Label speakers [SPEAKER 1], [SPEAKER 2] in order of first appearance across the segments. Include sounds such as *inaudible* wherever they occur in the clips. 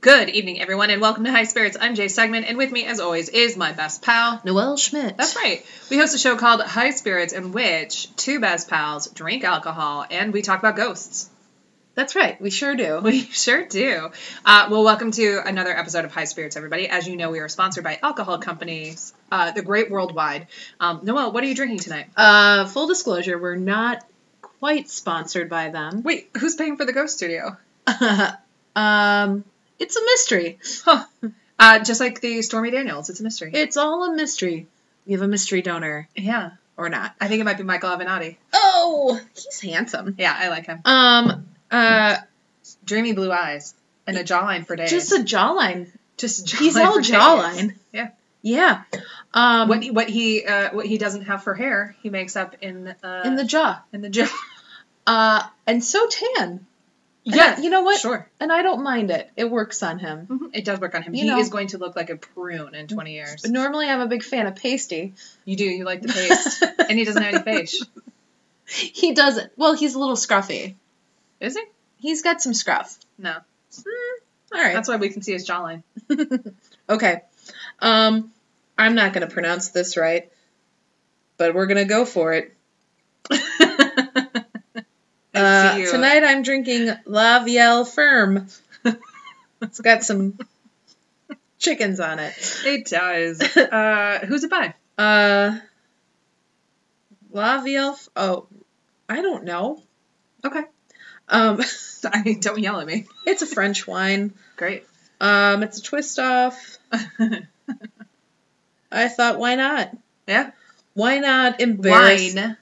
[SPEAKER 1] Good evening, everyone, and welcome to High Spirits. I'm Jay Segman, and with me, as always, is my best pal,
[SPEAKER 2] Noel Schmidt.
[SPEAKER 1] That's right. We host a show called High Spirits, in which two best pals drink alcohol and we talk about ghosts. *laughs*
[SPEAKER 2] That's right. We sure do.
[SPEAKER 1] We sure do. Uh, well, welcome to another episode of High Spirits, everybody. As you know, we are sponsored by alcohol companies, uh, the Great Worldwide. Um, Noel, what are you drinking tonight?
[SPEAKER 2] Uh, full disclosure, we're not quite sponsored by them. *laughs*
[SPEAKER 1] Wait, who's paying for the ghost studio? *laughs*
[SPEAKER 2] um, it's a mystery.
[SPEAKER 1] Huh. Uh, just like the Stormy Daniels, it's a mystery.
[SPEAKER 2] It's all a mystery. We have a mystery donor
[SPEAKER 1] yeah,
[SPEAKER 2] or not.
[SPEAKER 1] I think it might be Michael Avenatti.
[SPEAKER 2] Oh, he's handsome.
[SPEAKER 1] Yeah, I like him.
[SPEAKER 2] Um, uh,
[SPEAKER 1] Dreamy blue eyes and a jawline for days.
[SPEAKER 2] just a jawline.
[SPEAKER 1] just *laughs*
[SPEAKER 2] He's
[SPEAKER 1] jawline
[SPEAKER 2] all
[SPEAKER 1] for days.
[SPEAKER 2] jawline.
[SPEAKER 1] Yeah.
[SPEAKER 2] Yeah. Um,
[SPEAKER 1] what what he uh, what he doesn't have for hair, he makes up in uh,
[SPEAKER 2] in the jaw.
[SPEAKER 1] in the
[SPEAKER 2] *laughs*
[SPEAKER 1] gym.
[SPEAKER 2] Uh, and so tan. And I- you know what?
[SPEAKER 1] Sure,
[SPEAKER 2] And I don't mind it. It works on him.
[SPEAKER 1] Mhm. it does work on him.
[SPEAKER 2] You
[SPEAKER 1] he
[SPEAKER 2] know.
[SPEAKER 1] is going to look like a prune in twenty years.
[SPEAKER 2] But normally, I'm a big fan of pasty.
[SPEAKER 1] You do. You like the
[SPEAKER 2] *laughs*
[SPEAKER 1] face, and he doesn't have any face,
[SPEAKER 2] He doesn't. Well, he's a little scruffy.
[SPEAKER 1] is he?
[SPEAKER 2] He's got some scruff.
[SPEAKER 1] No,
[SPEAKER 2] All right.
[SPEAKER 1] that's why we can see his
[SPEAKER 2] *laughs*
[SPEAKER 1] jawline.
[SPEAKER 2] okay. Um, I'm not going to pronounce this right, but we're going to go for it.
[SPEAKER 1] I
[SPEAKER 2] Uh,
[SPEAKER 1] see you.
[SPEAKER 2] tonight I'm drinking La Vielle Firm. it's got some chickens on it.
[SPEAKER 1] It
[SPEAKER 2] *laughs*
[SPEAKER 1] does. Uh, who's it by?
[SPEAKER 2] Uh, La Vielle. F- oh, I don't know.
[SPEAKER 1] Okay, *laughs*
[SPEAKER 2] Um, *laughs*
[SPEAKER 1] I mean, don't yell at me.
[SPEAKER 2] it's a French wine.
[SPEAKER 1] Great. *laughs*
[SPEAKER 2] Um, it's a twist off. I thought, why not?
[SPEAKER 1] yeah,
[SPEAKER 2] Why not embarrass?
[SPEAKER 1] wine.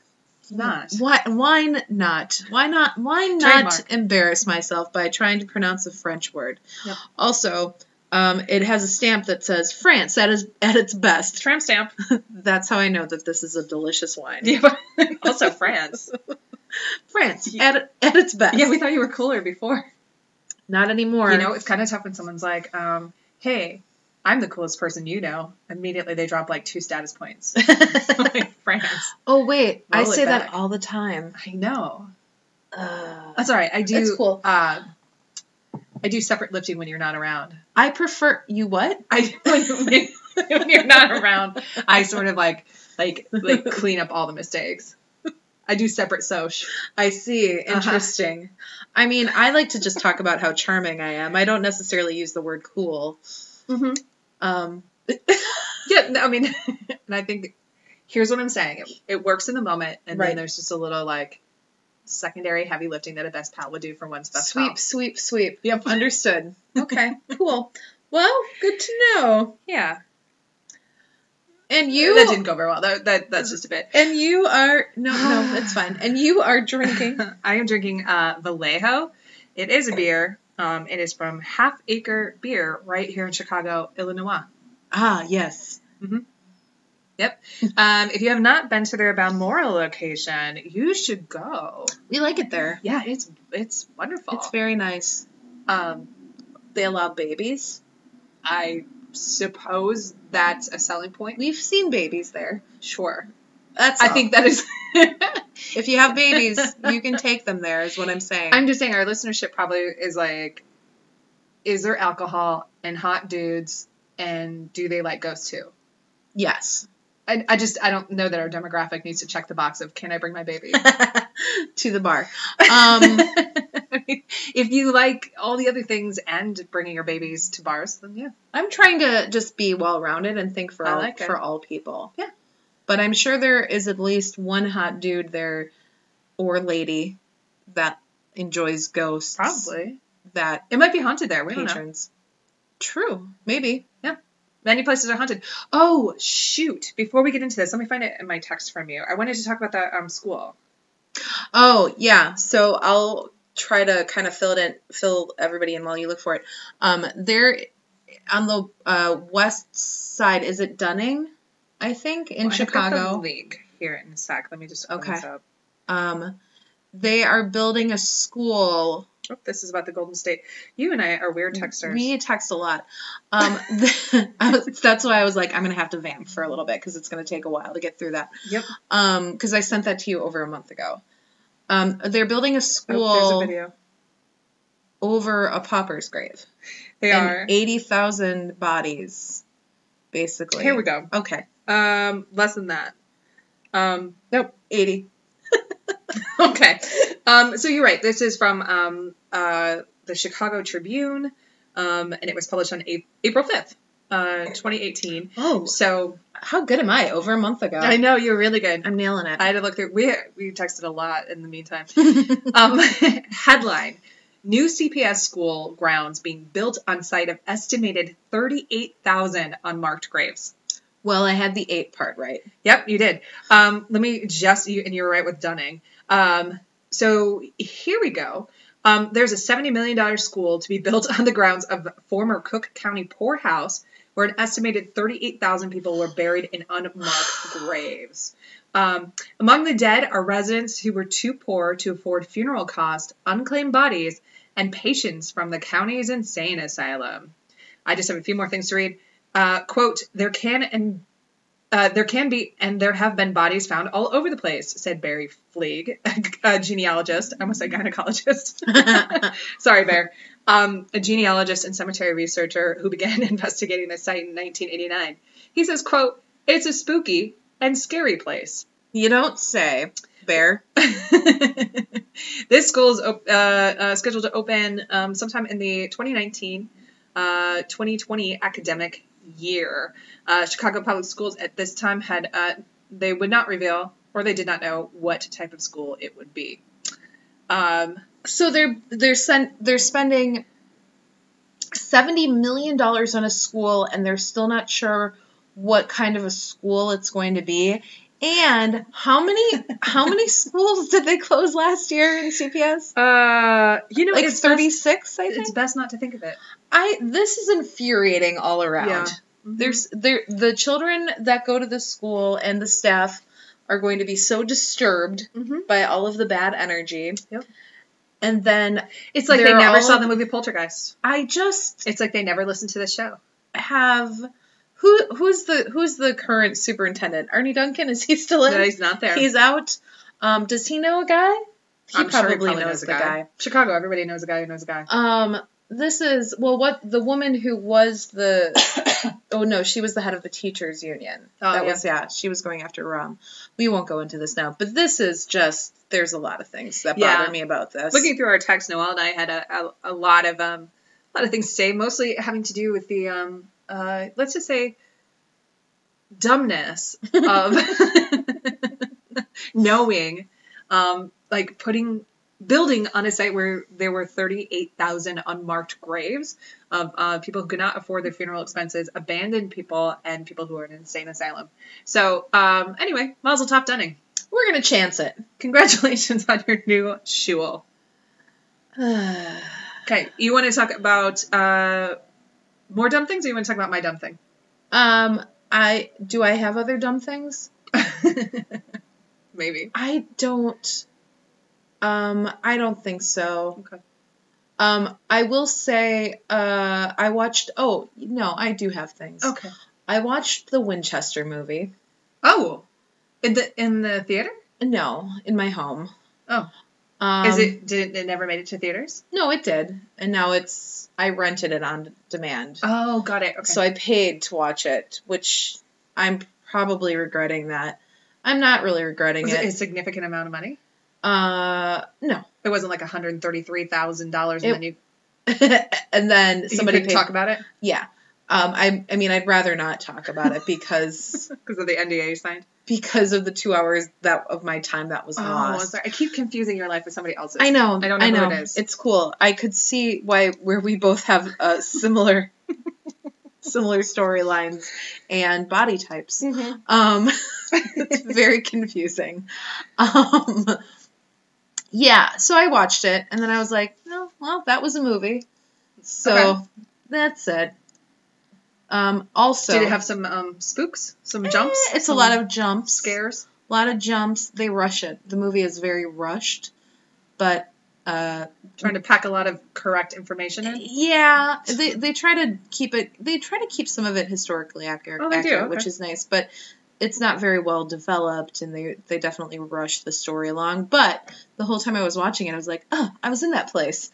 [SPEAKER 1] Not.
[SPEAKER 2] Why, why not? Why not? Why not
[SPEAKER 1] Trademark.
[SPEAKER 2] embarrass myself by trying to pronounce a French word?
[SPEAKER 1] Yep.
[SPEAKER 2] Also, um, it has a stamp that says France at its, at its best.
[SPEAKER 1] Tramp stamp. *laughs*
[SPEAKER 2] *laughs* That's how I know that this is a delicious wine.
[SPEAKER 1] Yeah, but also France.
[SPEAKER 2] France
[SPEAKER 1] Yeah.
[SPEAKER 2] at, at its
[SPEAKER 1] *laughs*
[SPEAKER 2] best.
[SPEAKER 1] Yeah, we thought you were cooler before.
[SPEAKER 2] not anymore.
[SPEAKER 1] You know, it's kind of tough when someone's like, um, "Hey, I'm the coolest person you know." Immediately, they drop like two status *laughs* points. like France.
[SPEAKER 2] oh wait, I
[SPEAKER 1] Roll it
[SPEAKER 2] say that
[SPEAKER 1] back.
[SPEAKER 2] all the time.
[SPEAKER 1] I know.
[SPEAKER 2] Uh,
[SPEAKER 1] That's all right. I do.
[SPEAKER 2] It's cool.
[SPEAKER 1] Uh, I do separate lifting when you're not around.
[SPEAKER 2] I prefer you. What?
[SPEAKER 1] I *laughs* when, when you're not
[SPEAKER 2] *laughs*
[SPEAKER 1] around, I sort of like like like clean up all the mistakes. I do separate soch.
[SPEAKER 2] I see. Interesting. I mean, I like to just talk about how charming I am. I don't necessarily use the word cool.
[SPEAKER 1] Mm-hmm.
[SPEAKER 2] Um,
[SPEAKER 1] Yeah, no, I mean, *laughs* and I think here's what I'm saying: it, it works in the moment, and
[SPEAKER 2] Right.
[SPEAKER 1] then there's just a little like secondary heavy lifting that a best pal would do for one's best
[SPEAKER 2] sweep,
[SPEAKER 1] pal.
[SPEAKER 2] sweep, sweep.
[SPEAKER 1] Yep.
[SPEAKER 2] Understood. Okay, cool. Well, good to know.
[SPEAKER 1] *laughs* Yeah,
[SPEAKER 2] And you
[SPEAKER 1] that didn't go very well. That, that that's just a bit.
[SPEAKER 2] and you are no, *gasps* no, it's fine. And you are drinking.
[SPEAKER 1] *laughs* I am drinking uh, Vallejo. It is a beer. Um, it is from Half Acre Beer right here in Chicago, Illinois.
[SPEAKER 2] *laughs* Ah, yes. *laughs*
[SPEAKER 1] Yep. Um, if you have not been to their Balmoral location, you should go.
[SPEAKER 2] We like it there.
[SPEAKER 1] Yeah, it's it's wonderful.
[SPEAKER 2] It's very nice.
[SPEAKER 1] um,
[SPEAKER 2] They allow babies.
[SPEAKER 1] I suppose that's a selling point.
[SPEAKER 2] We've seen babies there.
[SPEAKER 1] Sure.
[SPEAKER 2] That's
[SPEAKER 1] I
[SPEAKER 2] all.
[SPEAKER 1] think that is.
[SPEAKER 2] if you have *laughs* babies, you can take them there. Is what I'm saying.
[SPEAKER 1] I'm just saying our listenership probably is like, is there alcohol and hot dudes and do they like ghosts too?
[SPEAKER 2] yes.
[SPEAKER 1] I, I just I don't know that our demographic needs to check the box of can I bring my baby? Um,
[SPEAKER 2] to the bar. *laughs* Um,
[SPEAKER 1] I mean, *laughs* if you like all the other things and bringing your babies to bars, then yeah.
[SPEAKER 2] I'm trying to just be well rounded and think for
[SPEAKER 1] I
[SPEAKER 2] all
[SPEAKER 1] like it.
[SPEAKER 2] for all people.
[SPEAKER 1] Yeah.
[SPEAKER 2] But I'm sure there is at least one hot dude there or lady that enjoys ghosts.
[SPEAKER 1] Probably.
[SPEAKER 2] That
[SPEAKER 1] It might be haunted there. We don't know.
[SPEAKER 2] patrons. True. Maybe.
[SPEAKER 1] Many places are haunted. Oh shoot! Before we get into this, let me find it in my text from you. I wanted to talk about that um school.
[SPEAKER 2] Oh yeah. So I'll try to kind of fill it in, fill everybody in while you look for it. Um, there on the uh, west side is it Dunning? I think in
[SPEAKER 1] Well, I've got
[SPEAKER 2] Chicago.
[SPEAKER 1] the league here in SAC. Let me just open
[SPEAKER 2] Okay.
[SPEAKER 1] this up.
[SPEAKER 2] um, they are building a school.
[SPEAKER 1] Oh, this is about the Golden State. You and I are weird texters.
[SPEAKER 2] We text a lot. Um, *laughs* I was, that's why I was like, I'm going to have to vamp for a little bit because it's going to take a while to get through that.
[SPEAKER 1] yep. Oh,
[SPEAKER 2] Um, because I sent that to you over a month ago. Um, they're building a school.
[SPEAKER 1] Oh, there's a video.
[SPEAKER 2] over a pauper's grave.
[SPEAKER 1] They
[SPEAKER 2] and
[SPEAKER 1] are.
[SPEAKER 2] 80,000 bodies, basically.
[SPEAKER 1] Here we go.
[SPEAKER 2] Okay.
[SPEAKER 1] Um, less than that. Um, nope.
[SPEAKER 2] 80.
[SPEAKER 1] *laughs* okay. Um, so you're right. This is from um, uh, the Chicago Tribune, um, and it was published on a- April 5th, uh, 2018.
[SPEAKER 2] Oh,
[SPEAKER 1] So
[SPEAKER 2] how good am I? Over a month ago.
[SPEAKER 1] I know you're really good.
[SPEAKER 2] I'm nailing it.
[SPEAKER 1] I had to look through. We we texted a lot in the meantime. Um, *laughs* headline: New CPS school grounds being built on site of estimated thirty-eight thousand unmarked graves.
[SPEAKER 2] well, I had the eight part right.
[SPEAKER 1] Yep, you did. Um, let me just you and you were right with Dunning. Um, so here we go. Um, there's a seventy million dollar school to be built on the grounds of the former Cook County poorhouse, where an estimated thirty-eight thousand people were buried in unmarked graves. Um, among the dead are residents who were too poor to afford funeral costs, unclaimed bodies, and patients from the county's insane asylum. I just have a few more things to read. Uh, quote: There can and uh, there can be, and there have been bodies found all over the place, said Barry Fleeg, *laughs* a genealogist. I almost said gynecologist. Sorry, Bear. Um, a genealogist and cemetery researcher who began *laughs* investigating the site in 1989. He says, quote, It's a spooky and scary place.
[SPEAKER 2] You don't say, Bear.
[SPEAKER 1] *laughs* this school is op- uh, uh, scheduled to open um, sometime in the 2019 uh, 2020 academic year. Uh, Chicago Public Schools at this time had, uh, they would not reveal or they did not know what type of school it would be. Um,
[SPEAKER 2] So they're they're sen- they're spending seventy million dollars on a school, and they're still not sure what kind of a school it's going to be. And how many
[SPEAKER 1] *laughs*
[SPEAKER 2] how many schools did they close last year in CPS?
[SPEAKER 1] uh, you know,
[SPEAKER 2] Like
[SPEAKER 1] it's,
[SPEAKER 2] thirty
[SPEAKER 1] best,
[SPEAKER 2] six, I
[SPEAKER 1] it's
[SPEAKER 2] think.
[SPEAKER 1] best not to think of it.
[SPEAKER 2] I this is infuriating all around.
[SPEAKER 1] Yeah.
[SPEAKER 2] There's there the children that go to the school and the staff are going to be so disturbed
[SPEAKER 1] Mhm.
[SPEAKER 2] by all of the bad energy.
[SPEAKER 1] Yep.
[SPEAKER 2] And then
[SPEAKER 1] It's like they
[SPEAKER 2] They're
[SPEAKER 1] never
[SPEAKER 2] all-
[SPEAKER 1] saw the movie Poltergeist.
[SPEAKER 2] I just
[SPEAKER 1] It's like they never listened to the show.
[SPEAKER 2] have who who's the who's the current superintendent? Arnie Duncan is he still in?
[SPEAKER 1] No, he's not there.
[SPEAKER 2] He's out. Um, does he know a guy? He,
[SPEAKER 1] I'm sure
[SPEAKER 2] probably, knows, the guy.
[SPEAKER 1] Chicago, everybody knows a guy who knows a guy.
[SPEAKER 2] Um, this is well, what the woman who was
[SPEAKER 1] *coughs*
[SPEAKER 2] the oh no, she was the head of the teachers union.
[SPEAKER 1] Oh,
[SPEAKER 2] that
[SPEAKER 1] yeah.
[SPEAKER 2] was yeah, she was going after Rom. We won't go into this now, but this is just there's a lot of things that
[SPEAKER 1] Yeah.
[SPEAKER 2] bother me about this.
[SPEAKER 1] looking through our text, Noel and I had a, a, a lot of um, a lot of things to say, mostly having to do with the um, uh, let's just say dumbness of *laughs* knowing, um, like putting building on a site where there were 38,000 unmarked graves of uh, people who could not afford their funeral expenses, abandoned people, and people who were in an insane asylum. So um, anyway, Mazel Tov Dunning.
[SPEAKER 2] We're gonna chance it. *sighs*
[SPEAKER 1] Congratulations on your new shul. Okay, you want to talk about uh, more dumb things, or you want to talk about my dumb thing? *laughs*
[SPEAKER 2] um, I do I have other dumb things?
[SPEAKER 1] Maybe.
[SPEAKER 2] I don't. Um, I don't think so.
[SPEAKER 1] Okay.
[SPEAKER 2] Um, I will say, uh, I watched. Oh no, I do have things.
[SPEAKER 1] Okay.
[SPEAKER 2] I watched the Winchester movie.
[SPEAKER 1] Oh, in the in the theater?
[SPEAKER 2] No, in my home.
[SPEAKER 1] Oh.
[SPEAKER 2] Um,
[SPEAKER 1] Is it did it, it never made it to theaters?
[SPEAKER 2] No, it did, and now it's. I rented it on demand,
[SPEAKER 1] Oh, got it. Okay.
[SPEAKER 2] so I paid to watch it, which I'm probably regretting that. I'm not really regretting
[SPEAKER 1] was
[SPEAKER 2] it.
[SPEAKER 1] it a significant amount of money?
[SPEAKER 2] Uh, no. *laughs*
[SPEAKER 1] It wasn't like one hundred thirty-three thousand dollars,
[SPEAKER 2] It-
[SPEAKER 1] and then you
[SPEAKER 2] and then
[SPEAKER 1] somebody
[SPEAKER 2] somebody
[SPEAKER 1] could
[SPEAKER 2] paid.
[SPEAKER 1] talk *laughs* about it
[SPEAKER 2] Yeah. Um, I, I mean, I'd rather not talk about it because
[SPEAKER 1] *laughs* because of the NDA you signed.
[SPEAKER 2] because of the two hours that of my time that was
[SPEAKER 1] Oh,
[SPEAKER 2] lost.
[SPEAKER 1] sorry. I keep confusing your life with somebody else's. *laughs*
[SPEAKER 2] I know.
[SPEAKER 1] I don't know
[SPEAKER 2] I know.
[SPEAKER 1] who it is.
[SPEAKER 2] It's cool. I could see why where we both have uh, similar
[SPEAKER 1] *laughs*
[SPEAKER 2] similar storylines and body types.
[SPEAKER 1] Mhm.
[SPEAKER 2] Um, *laughs* it's very confusing. Um, yeah. So I watched it, and then I was like, no, well, that was a movie. So
[SPEAKER 1] Okay.
[SPEAKER 2] that's it. Um, also,
[SPEAKER 1] Did it have some um, spooks, some jumps? Mm-hmm.
[SPEAKER 2] Eh, it's a lot of jumps.
[SPEAKER 1] scares.
[SPEAKER 2] A lot of jumps. They rush it. The movie is very rushed, but uh,
[SPEAKER 1] Trying to pack a lot of correct information in.
[SPEAKER 2] yeah, they they try to keep it. They try to keep some of it historically accurate,
[SPEAKER 1] Oh, they do,
[SPEAKER 2] accurate
[SPEAKER 1] okay.
[SPEAKER 2] which is nice, but it's not very well developed, and they they definitely rush the story along. But the whole time I was watching it, I was like, oh, I was in that place.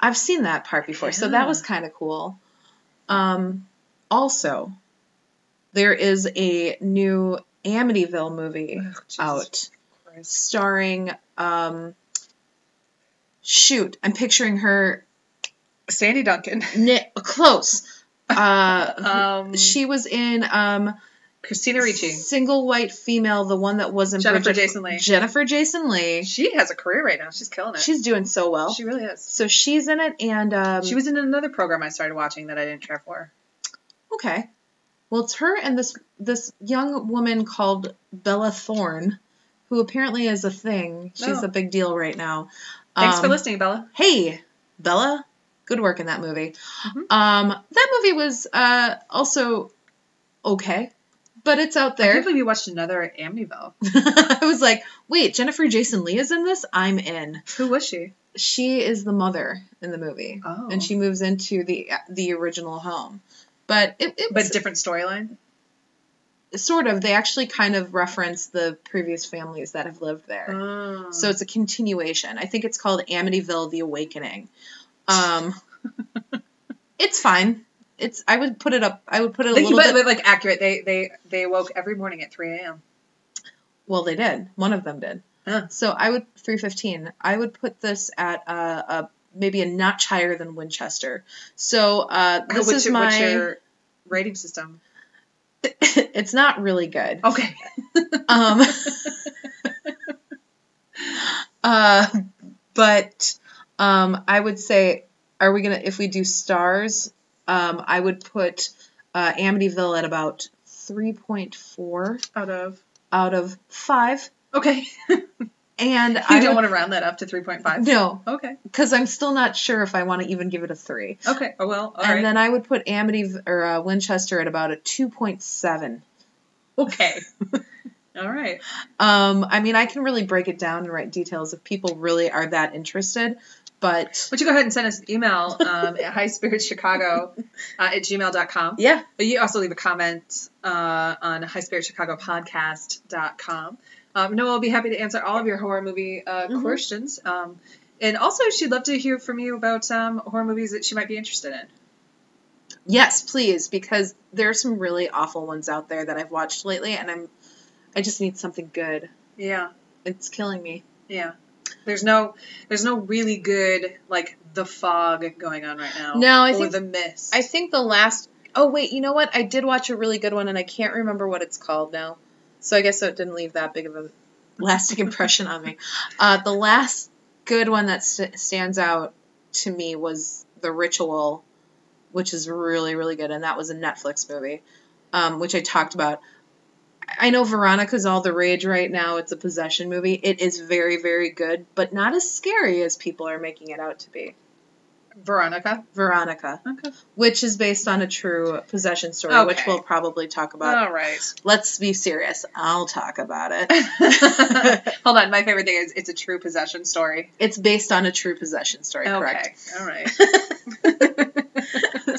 [SPEAKER 2] I've seen that part before, so
[SPEAKER 1] Yeah.
[SPEAKER 2] that was kind of cool. Um, also, there is a new Amityville movie
[SPEAKER 1] Ugh, Jesus
[SPEAKER 2] out
[SPEAKER 1] Christ.
[SPEAKER 2] starring. Um, shoot, I'm picturing her
[SPEAKER 1] Sandy
[SPEAKER 2] *laughs*
[SPEAKER 1] Duncan.
[SPEAKER 2] ni- close. Uh,
[SPEAKER 1] *laughs* Um,
[SPEAKER 2] she was in um,
[SPEAKER 1] Christina Ricci.
[SPEAKER 2] Single White Female, the one that was in
[SPEAKER 1] Jennifer
[SPEAKER 2] Bridget-
[SPEAKER 1] Jason Leigh.
[SPEAKER 2] Jennifer Jason Leigh.
[SPEAKER 1] She has a career right now. She's killing it.
[SPEAKER 2] She's doing so well.
[SPEAKER 1] she really is.
[SPEAKER 2] so she's in it, and um,
[SPEAKER 1] she was in another program I started watching that I didn't care for.
[SPEAKER 2] Okay. Well, it's her and this this young woman called Bella Thorne, who apparently is a thing. She's
[SPEAKER 1] Oh.
[SPEAKER 2] a big deal right now.
[SPEAKER 1] Thanks for
[SPEAKER 2] Um,
[SPEAKER 1] listening, Bella.
[SPEAKER 2] Hey, Bella, good work in that movie.
[SPEAKER 1] Mhm.
[SPEAKER 2] Um, that movie was uh, also okay, but it's out
[SPEAKER 1] I
[SPEAKER 2] there.
[SPEAKER 1] can't believe you watched another Amityville.
[SPEAKER 2] *laughs* I was like, wait, Jennifer Jason Lee is in this. I'm in.
[SPEAKER 1] Who was she?
[SPEAKER 2] She is the mother in the movie,
[SPEAKER 1] Oh.
[SPEAKER 2] and she moves into the the original home. But it, it
[SPEAKER 1] But
[SPEAKER 2] was
[SPEAKER 1] different storyline.
[SPEAKER 2] sort of they actually kind of reference the previous families that have lived there
[SPEAKER 1] Oh.
[SPEAKER 2] so it's a continuation i think it's called amityville the awakening um *laughs* it's fine it's i would put it up i would put it a
[SPEAKER 1] But,
[SPEAKER 2] little
[SPEAKER 1] but,
[SPEAKER 2] bit
[SPEAKER 1] like accurate. They they they woke every morning at 3 a.m.
[SPEAKER 2] well they did one of them did
[SPEAKER 1] Huh.
[SPEAKER 2] so i would 315 i would put this at uh, uh maybe a notch higher than winchester so uh this
[SPEAKER 1] Oh, what's
[SPEAKER 2] is
[SPEAKER 1] your,
[SPEAKER 2] my
[SPEAKER 1] what's your rating system?
[SPEAKER 2] *laughs* it's not really good
[SPEAKER 1] Okay.
[SPEAKER 2] Um, *laughs* uh, but um, I would say, are we gonna if we do stars? Um, I would put uh, Amityville at about three point four
[SPEAKER 1] Out of
[SPEAKER 2] out of five,
[SPEAKER 1] okay.
[SPEAKER 2] *laughs*
[SPEAKER 1] you
[SPEAKER 2] and I
[SPEAKER 1] don't
[SPEAKER 2] would-
[SPEAKER 1] want to round that up to 3.5.
[SPEAKER 2] no
[SPEAKER 1] Okay.
[SPEAKER 2] because I'm still not sure if I want to even give it a three.
[SPEAKER 1] Okay. Oh well. All right.
[SPEAKER 2] and then I would put Amity or uh, Winchester at about a two point seven. *laughs*
[SPEAKER 1] okay. all right.
[SPEAKER 2] Um, I mean, I can really break it down and write details if people really are that interested, but
[SPEAKER 1] Would you go ahead and send us an email um, at highspiritchicago uh, at gmail.com.
[SPEAKER 2] yeah,
[SPEAKER 1] But you also leave a comment uh, on highspiritchicagopodcast.com. Um, Noah will be happy to answer all of your horror movie uh,
[SPEAKER 2] Mhm.
[SPEAKER 1] questions. Um, and also, she'd love to hear from you about um, horror movies that she might be interested in.
[SPEAKER 2] Yes, please, because there are some really awful ones out there that I've watched lately, and I'm I just need something good.
[SPEAKER 1] Yeah,
[SPEAKER 2] It's killing me.
[SPEAKER 1] yeah. There's no, there's no really good like the fog going on right now.
[SPEAKER 2] No, I
[SPEAKER 1] or
[SPEAKER 2] think-
[SPEAKER 1] the mist.
[SPEAKER 2] I think the last. Oh wait, you know what? I did watch a really good one, and I can't remember what it's called now. So I guess it didn't leave that big of a lasting *laughs* impression on me. Uh, the last good one that st- stands out to me was The Ritual, which is really really good, and that was a Netflix movie, um, which I talked about. I know Veronica's all the rage right now. It's a possession movie. It is very very good, but not as scary as people are making it out to be.
[SPEAKER 1] Veronica.
[SPEAKER 2] Veronica
[SPEAKER 1] Okay.
[SPEAKER 2] which is based on a true possession story,
[SPEAKER 1] Okay. Oh.
[SPEAKER 2] which we'll probably talk about.
[SPEAKER 1] All right.
[SPEAKER 2] Let's be serious. I'll talk about
[SPEAKER 1] *laughs*
[SPEAKER 2] it.
[SPEAKER 1] Hold on. My favorite thing is it's a true possession story.
[SPEAKER 2] it's based on a true possession story,
[SPEAKER 1] Okay. All right.
[SPEAKER 2] correct? so,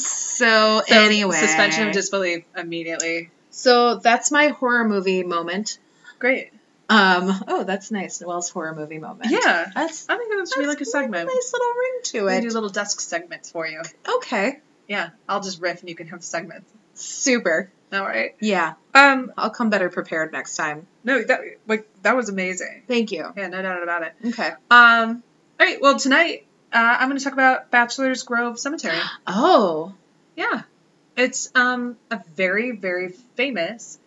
[SPEAKER 1] *laughs* So,
[SPEAKER 2] anyway,
[SPEAKER 1] suspension of disbelief immediately.
[SPEAKER 2] so that's my horror movie moment.
[SPEAKER 1] Great.
[SPEAKER 2] Um, oh, that's nice. Noelle's horror movie moment.
[SPEAKER 1] Yeah.
[SPEAKER 2] that's
[SPEAKER 1] I think that should be like a
[SPEAKER 2] that's
[SPEAKER 1] segment.
[SPEAKER 2] Nice little ring to
[SPEAKER 1] We
[SPEAKER 2] it.
[SPEAKER 1] do little desk segments for you.
[SPEAKER 2] Okay,
[SPEAKER 1] Yeah, I'll just riff and you can have segments.
[SPEAKER 2] super.
[SPEAKER 1] All right.
[SPEAKER 2] Yeah,
[SPEAKER 1] Um,
[SPEAKER 2] I'll come better prepared next time.
[SPEAKER 1] no, that like that was amazing.
[SPEAKER 2] Thank you.
[SPEAKER 1] Yeah, no doubt about it.
[SPEAKER 2] Okay.
[SPEAKER 1] Um, all right. Well, tonight uh, I'm going to talk about Bachelor's Grove *gasps* Cemetery.
[SPEAKER 2] Oh,
[SPEAKER 1] Yeah, it's um a very very famous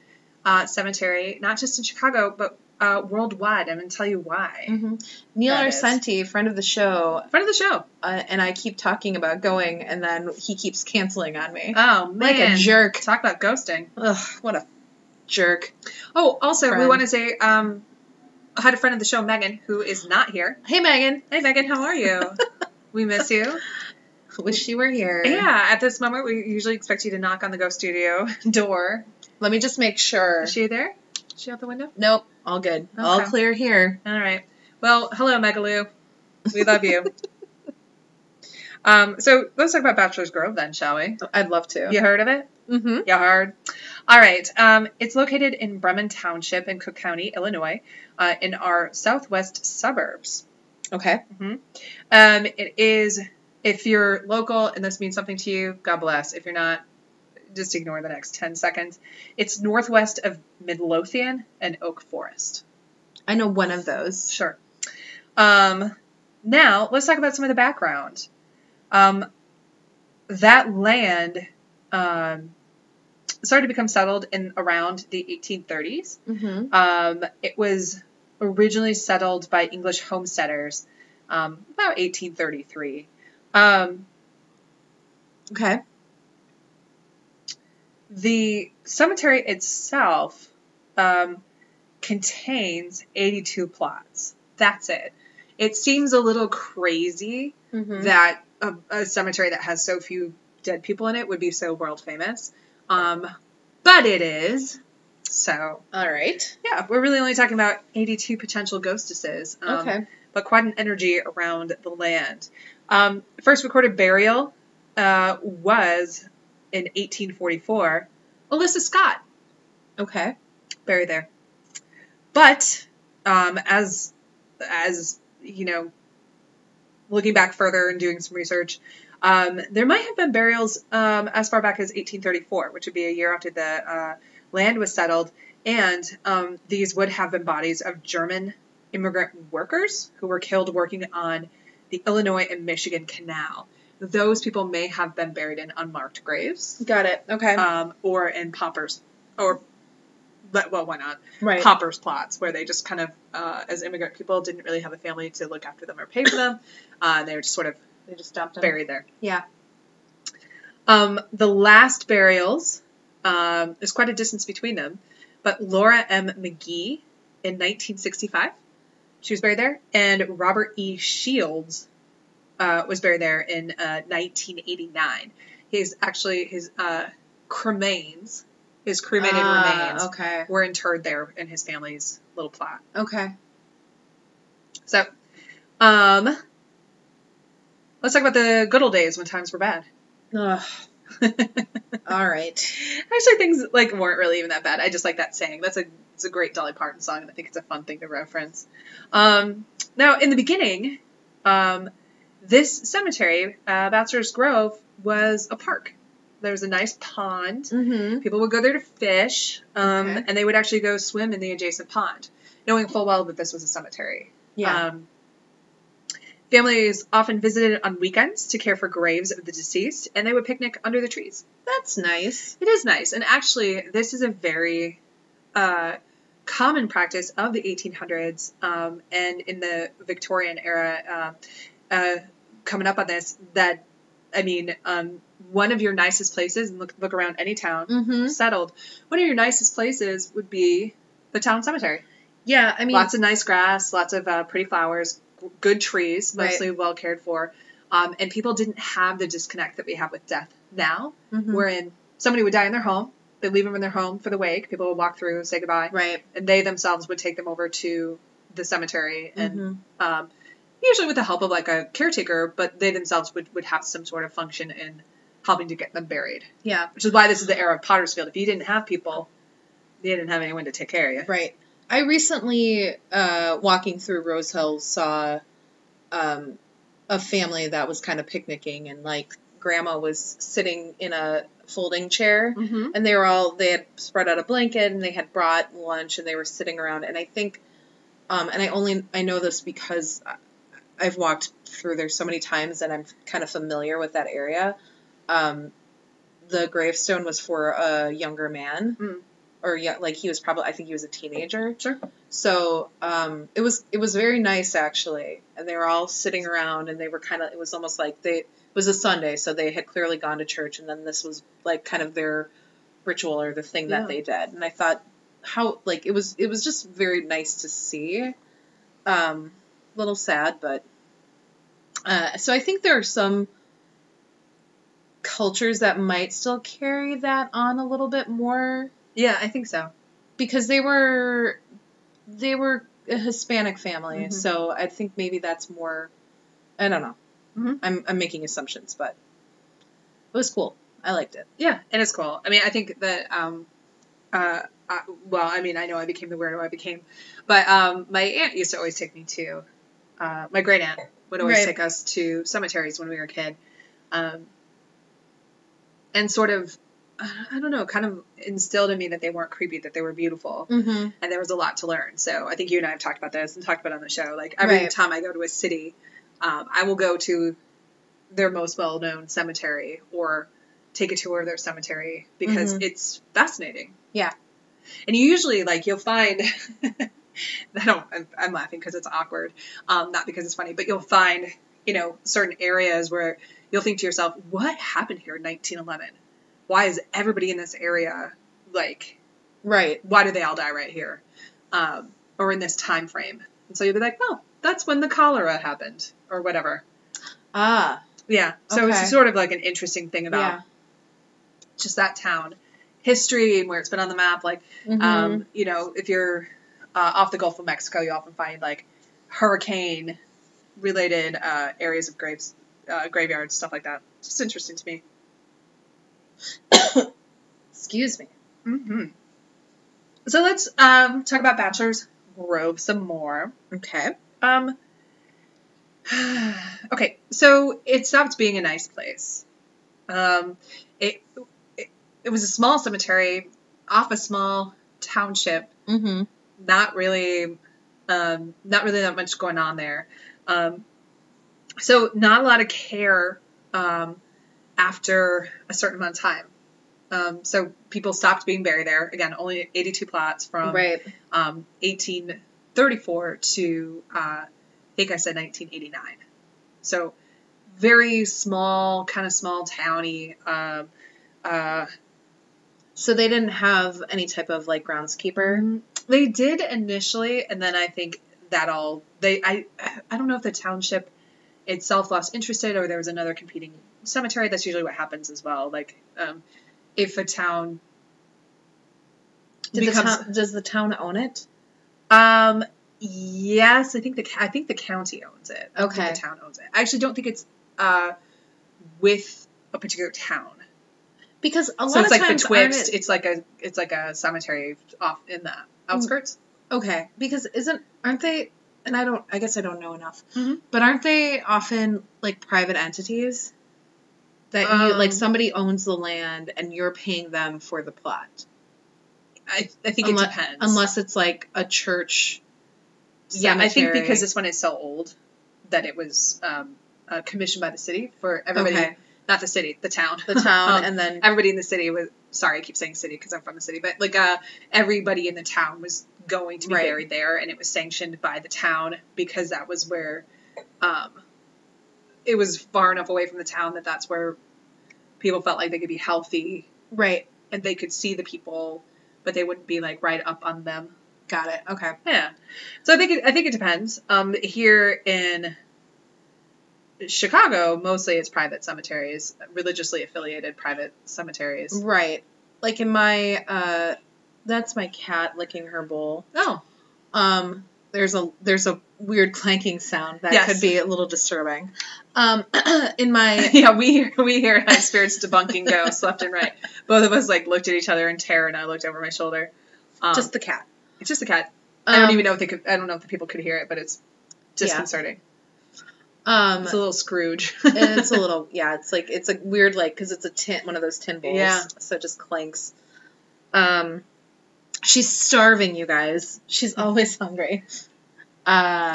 [SPEAKER 1] uh, cemetery, not just in Chicago but uh, worldwide. I'm going to tell you why.
[SPEAKER 2] hmm Neil
[SPEAKER 1] Mm-hmm. That is.
[SPEAKER 2] Arcenti, friend of the show,
[SPEAKER 1] Friend of the show.
[SPEAKER 2] uh, and I keep talking about going, and then he keeps canceling on me.
[SPEAKER 1] Oh man,
[SPEAKER 2] like a jerk.
[SPEAKER 1] Talk about ghosting.
[SPEAKER 2] Ugh, what a jerk.
[SPEAKER 1] Oh, also, we
[SPEAKER 2] Friend.
[SPEAKER 1] want to say um, I had a friend of the show, Megan, who is not here.
[SPEAKER 2] Hey, Megan. *laughs*
[SPEAKER 1] Hey, Megan, how are you? we miss you.
[SPEAKER 2] Wish you were here.
[SPEAKER 1] Yeah, at this moment, we usually expect you to knock on the ghost studio door.
[SPEAKER 2] Let me just make sure.
[SPEAKER 1] Is she there? Is she out the window?
[SPEAKER 2] nope. All good. All
[SPEAKER 1] Okay.
[SPEAKER 2] clear here.
[SPEAKER 1] All right. Well, hello, Megaloo. We love you. um, so let's talk about Bachelor's Grove then, shall we?
[SPEAKER 2] I'd love to.
[SPEAKER 1] You heard of it?
[SPEAKER 2] Mm-hmm.
[SPEAKER 1] Yeah, hard. All right. Um, it's located in Bremen Township in Cook County, Illinois, uh, in our southwest suburbs.
[SPEAKER 2] Okay.
[SPEAKER 1] Um, Mm-hmm. it is If you're local and this means something to you, God bless. If you're not, just ignore the next 10 seconds. It's northwest of Midlothian and Oak Forest.
[SPEAKER 2] I know one of those.
[SPEAKER 1] Sure. Um, now, let's talk about some of the background. Um, that land um, started to become settled in around the 1830s.
[SPEAKER 2] Mm-hmm.
[SPEAKER 1] Um, it was originally settled by English homesteaders um, about 1833. Um,
[SPEAKER 2] Okay.
[SPEAKER 1] the cemetery itself um, contains 82 plots. That's it. It seems a little crazy
[SPEAKER 2] Mm-hmm.
[SPEAKER 1] that a, a cemetery that has so few dead people in it would be so world famous. Um, but it is. So,
[SPEAKER 2] All right.
[SPEAKER 1] yeah, we're really only talking about 82 potential ghostesses. Um,
[SPEAKER 2] okay.
[SPEAKER 1] but quite an energy around the land. Um, first recorded burial uh, was in 1844. Alyssa Scott
[SPEAKER 2] Okay.
[SPEAKER 1] buried there, but um, as as you know, looking back further and doing some research, um, there might have been burials um, as far back as 1834, which would be a year after the uh, land was settled, and um, these would have been bodies of German immigrant workers who were killed working on the Illinois and Michigan Canal. Those people may have been buried in unmarked graves,
[SPEAKER 2] Got it. Okay.
[SPEAKER 1] um, or in paupers, or but- well, why not?
[SPEAKER 2] right.
[SPEAKER 1] Popper's plots, where they just kind of, uh, as immigrant people, didn't really have a family to look after them or pay for
[SPEAKER 2] *coughs*
[SPEAKER 1] them. Uh, and they were just sort of
[SPEAKER 2] They just dumped him.
[SPEAKER 1] buried there.
[SPEAKER 2] Yeah.
[SPEAKER 1] Um, the last burials, um, there's quite a distance between them, but Laura M. McGee in 1965, she was buried there, and Robert E. Shields uh, was buried there in uh, 1989. He's actually, his uh, cremains, his cremated
[SPEAKER 2] Ah,
[SPEAKER 1] remains,
[SPEAKER 2] Okay.
[SPEAKER 1] were interred there in his family's little plot.
[SPEAKER 2] Okay.
[SPEAKER 1] So, um, let's talk about the good old days when times were bad. *laughs*
[SPEAKER 2] Ugh.
[SPEAKER 1] Actually,
[SPEAKER 2] All right.
[SPEAKER 1] things like weren't really even that bad. I just like that saying. That's a it's a great Dolly Parton song, and I think it's a fun thing to reference. Um, now, in the beginning, um, this cemetery, uh, Bachelor's Grove, was a park. There was a nice pond.
[SPEAKER 2] Mm-hmm.
[SPEAKER 1] People would go there to fish, um,
[SPEAKER 2] Okay.
[SPEAKER 1] and they would actually go swim in the adjacent pond, knowing full well that this was a cemetery.
[SPEAKER 2] Yeah.
[SPEAKER 1] Um, families often visited on weekends to care for graves of the deceased, and they would picnic under the trees.
[SPEAKER 2] That's nice.
[SPEAKER 1] It is nice, and actually, this is a very uh, common practice of the 1800s um, and in the Victorian era. Uh, uh, coming up on this, that I mean, um, one of your nicest places, and look look around any town
[SPEAKER 2] Mm-hmm.
[SPEAKER 1] settled, one of your nicest places would be the town cemetery
[SPEAKER 2] Yeah. I mean,
[SPEAKER 1] lots of nice grass, lots of uh, pretty flowers, g- good trees,
[SPEAKER 2] Right.
[SPEAKER 1] mostly well cared for. Um, and people didn't have the disconnect that we have with death now,
[SPEAKER 2] Mhm.
[SPEAKER 1] wherein somebody would die in their home, they leave them in their home for the wake, people would walk through, say goodbye,
[SPEAKER 2] right.
[SPEAKER 1] and they themselves would take them over to the cemetery and
[SPEAKER 2] Mhm.
[SPEAKER 1] um, usually with the help of like a caretaker, but they themselves would, would have some sort of function in helping to get them buried,
[SPEAKER 2] Yeah.
[SPEAKER 1] which is why this is the era of Pottersfield. If you didn't have people, you didn't have anyone to take care of you.
[SPEAKER 2] Right. I recently, uh, walking through Rose Hill, saw um, a family that was kind of picnicking, and like grandma was sitting in a folding chair,
[SPEAKER 1] Mm-hmm.
[SPEAKER 2] and they were all they had spread out a blanket, and they had brought lunch, and they were sitting around, and I think, um, and I only I know this because I- I've walked through there so many times, and I'm kind of familiar with that area. Um, the gravestone was for a younger man.
[SPEAKER 1] Mm.
[SPEAKER 2] Or yeah, like he was probably I think he was a teenager.
[SPEAKER 1] Sure.
[SPEAKER 2] So um, it was it was very nice actually, and they were all sitting around, and they were kind of it was almost like they it was a Sunday, so they had clearly gone to church, and then this was like kind of their ritual or the thing
[SPEAKER 1] Yeah.
[SPEAKER 2] that they did, and I thought how like it was it was just very nice to see, um, little sad, but uh, so I think there are some cultures that might still carry that on a little bit more
[SPEAKER 1] Yeah, I think so.
[SPEAKER 2] because they were they were a Hispanic family,
[SPEAKER 1] Mhm.
[SPEAKER 2] so I think maybe that's more. I don't know.
[SPEAKER 1] Mhm.
[SPEAKER 2] I'm I'm making assumptions, but it was cool. I liked it.
[SPEAKER 1] Yeah, and it's cool. I mean, I think that, um, uh, I, well, I mean, I know I became the weirdo I became, but um, my aunt used to always take me to, uh, my great aunt would always
[SPEAKER 2] Right.
[SPEAKER 1] take us to cemeteries when we were a kid, um, and sort of I I don't know, kind of instilled in me that they weren't creepy, that they were beautiful,
[SPEAKER 2] Mm-hmm.
[SPEAKER 1] and there was a lot to learn. So I think you and I have talked about this and talked about it on the show. Like every
[SPEAKER 2] Right.
[SPEAKER 1] time I go to a city, um, I will go to their most well-known cemetery or take a tour of their cemetery because
[SPEAKER 2] Mhm.
[SPEAKER 1] it's fascinating.
[SPEAKER 2] Yeah.
[SPEAKER 1] and you usually like you'll find. *laughs* I don't. I'm, I'm laughing because it's awkward, um, not because it's funny. But you'll find you know certain areas where you'll think to yourself, "What happened here in 1911? Why is everybody in this area like?"
[SPEAKER 2] Right.
[SPEAKER 1] why do they all die right here um, or in this time frame and so you'll be like well that's when the cholera happened or whatever
[SPEAKER 2] Ah.
[SPEAKER 1] yeah so
[SPEAKER 2] Okay.
[SPEAKER 1] it's sort of like an interesting thing about just that town history and where it's been on the map like
[SPEAKER 2] Yeah. Mhm.
[SPEAKER 1] um, you know if you're uh, off the gulf of mexico you often find like hurricane related uh, areas of graves uh, graveyards stuff like that it's just interesting to me
[SPEAKER 2] Excuse me.
[SPEAKER 1] hmm so let's um, talk about bachelor's grove some more
[SPEAKER 2] Okay.
[SPEAKER 1] Um. *sighs* Okay, so it stopped being a nice place. Um, it, it it was a small cemetery off a small township.
[SPEAKER 2] Mm-hmm.
[SPEAKER 1] Not really, um, not really that much going on there. Um, so not a lot of care um, after a certain amount of time. Um, so people stopped being buried there. Again, only 82 plots from
[SPEAKER 2] right.
[SPEAKER 1] um, 1834 to uh, I think I said 1989. So very small, kind of small towny. Um, uh,
[SPEAKER 2] So they didn't have any type of like groundskeeper.
[SPEAKER 1] they did initially, and then I think that all they I I don't know if the township itself lost interest in, or there was another competing cemetery. That's usually what happens as well. Like um, if a town
[SPEAKER 2] Did
[SPEAKER 1] becomes-
[SPEAKER 2] the town, does the town own it?
[SPEAKER 1] Um. Yes, I think the I think the county owns it. I don't think
[SPEAKER 2] Okay.
[SPEAKER 1] The town owns it. I actually don't think it's uh with a particular town.
[SPEAKER 2] Because a lot
[SPEAKER 1] so it's
[SPEAKER 2] of
[SPEAKER 1] like
[SPEAKER 2] times
[SPEAKER 1] betwixt.
[SPEAKER 2] aren't it-
[SPEAKER 1] It's like a it's like a cemetery off in the outskirts.
[SPEAKER 2] okay. Because isn't aren't they? And I don't. I guess I don't know enough.
[SPEAKER 1] Mhm.
[SPEAKER 2] But aren't they often like private entities? That you like
[SPEAKER 1] Um,
[SPEAKER 2] somebody owns the land and you're paying them for the plot,
[SPEAKER 1] I, I think
[SPEAKER 2] Unle-
[SPEAKER 1] it depends.
[SPEAKER 2] unless it's like a church.
[SPEAKER 1] yeah, I think
[SPEAKER 2] cemetery.
[SPEAKER 1] because this one is so old that it was um, uh, commissioned by the city for everybody.
[SPEAKER 2] Okay.
[SPEAKER 1] Not the city, the town.
[SPEAKER 2] the town
[SPEAKER 1] Um,
[SPEAKER 2] and then
[SPEAKER 1] everybody in the city was sorry i keep saying city because i'm from the city but like uh everybody in the town was going to be
[SPEAKER 2] Right.
[SPEAKER 1] buried there and it was sanctioned by the town because that was where um it was far enough away from the town that that's where people felt like they could be healthy
[SPEAKER 2] right.
[SPEAKER 1] and they could see the people but they wouldn't be like right up on them
[SPEAKER 2] Got it. Okay.
[SPEAKER 1] yeah so i think it, i think it depends um here in Chicago, mostly it's private cemeteries, religiously affiliated private cemeteries.
[SPEAKER 2] Right. Like in my uh that's my cat licking her bowl.
[SPEAKER 1] Oh,
[SPEAKER 2] Um there's a there's a weird clanking sound that
[SPEAKER 1] Yes.
[SPEAKER 2] could be a little disturbing. Um *clears throat* in my
[SPEAKER 1] yeah, we hear we hear high spirits debunking ghosts *laughs* left and right. Both of us like looked at each other in terror, and I looked over my shoulder. Um,
[SPEAKER 2] just the cat.
[SPEAKER 1] it's just a cat. I don't
[SPEAKER 2] Um,
[SPEAKER 1] even know if they could. I don't know if the people could hear it, but it's disconcerting.
[SPEAKER 2] um
[SPEAKER 1] It's a little Scrooge.
[SPEAKER 2] and it's a little yeah, it's like it's a weird like cuz it's a tin one of those tin bowls.
[SPEAKER 1] Yeah.
[SPEAKER 2] So it just clanks. Um she's starving, you guys. She's always hungry. Um,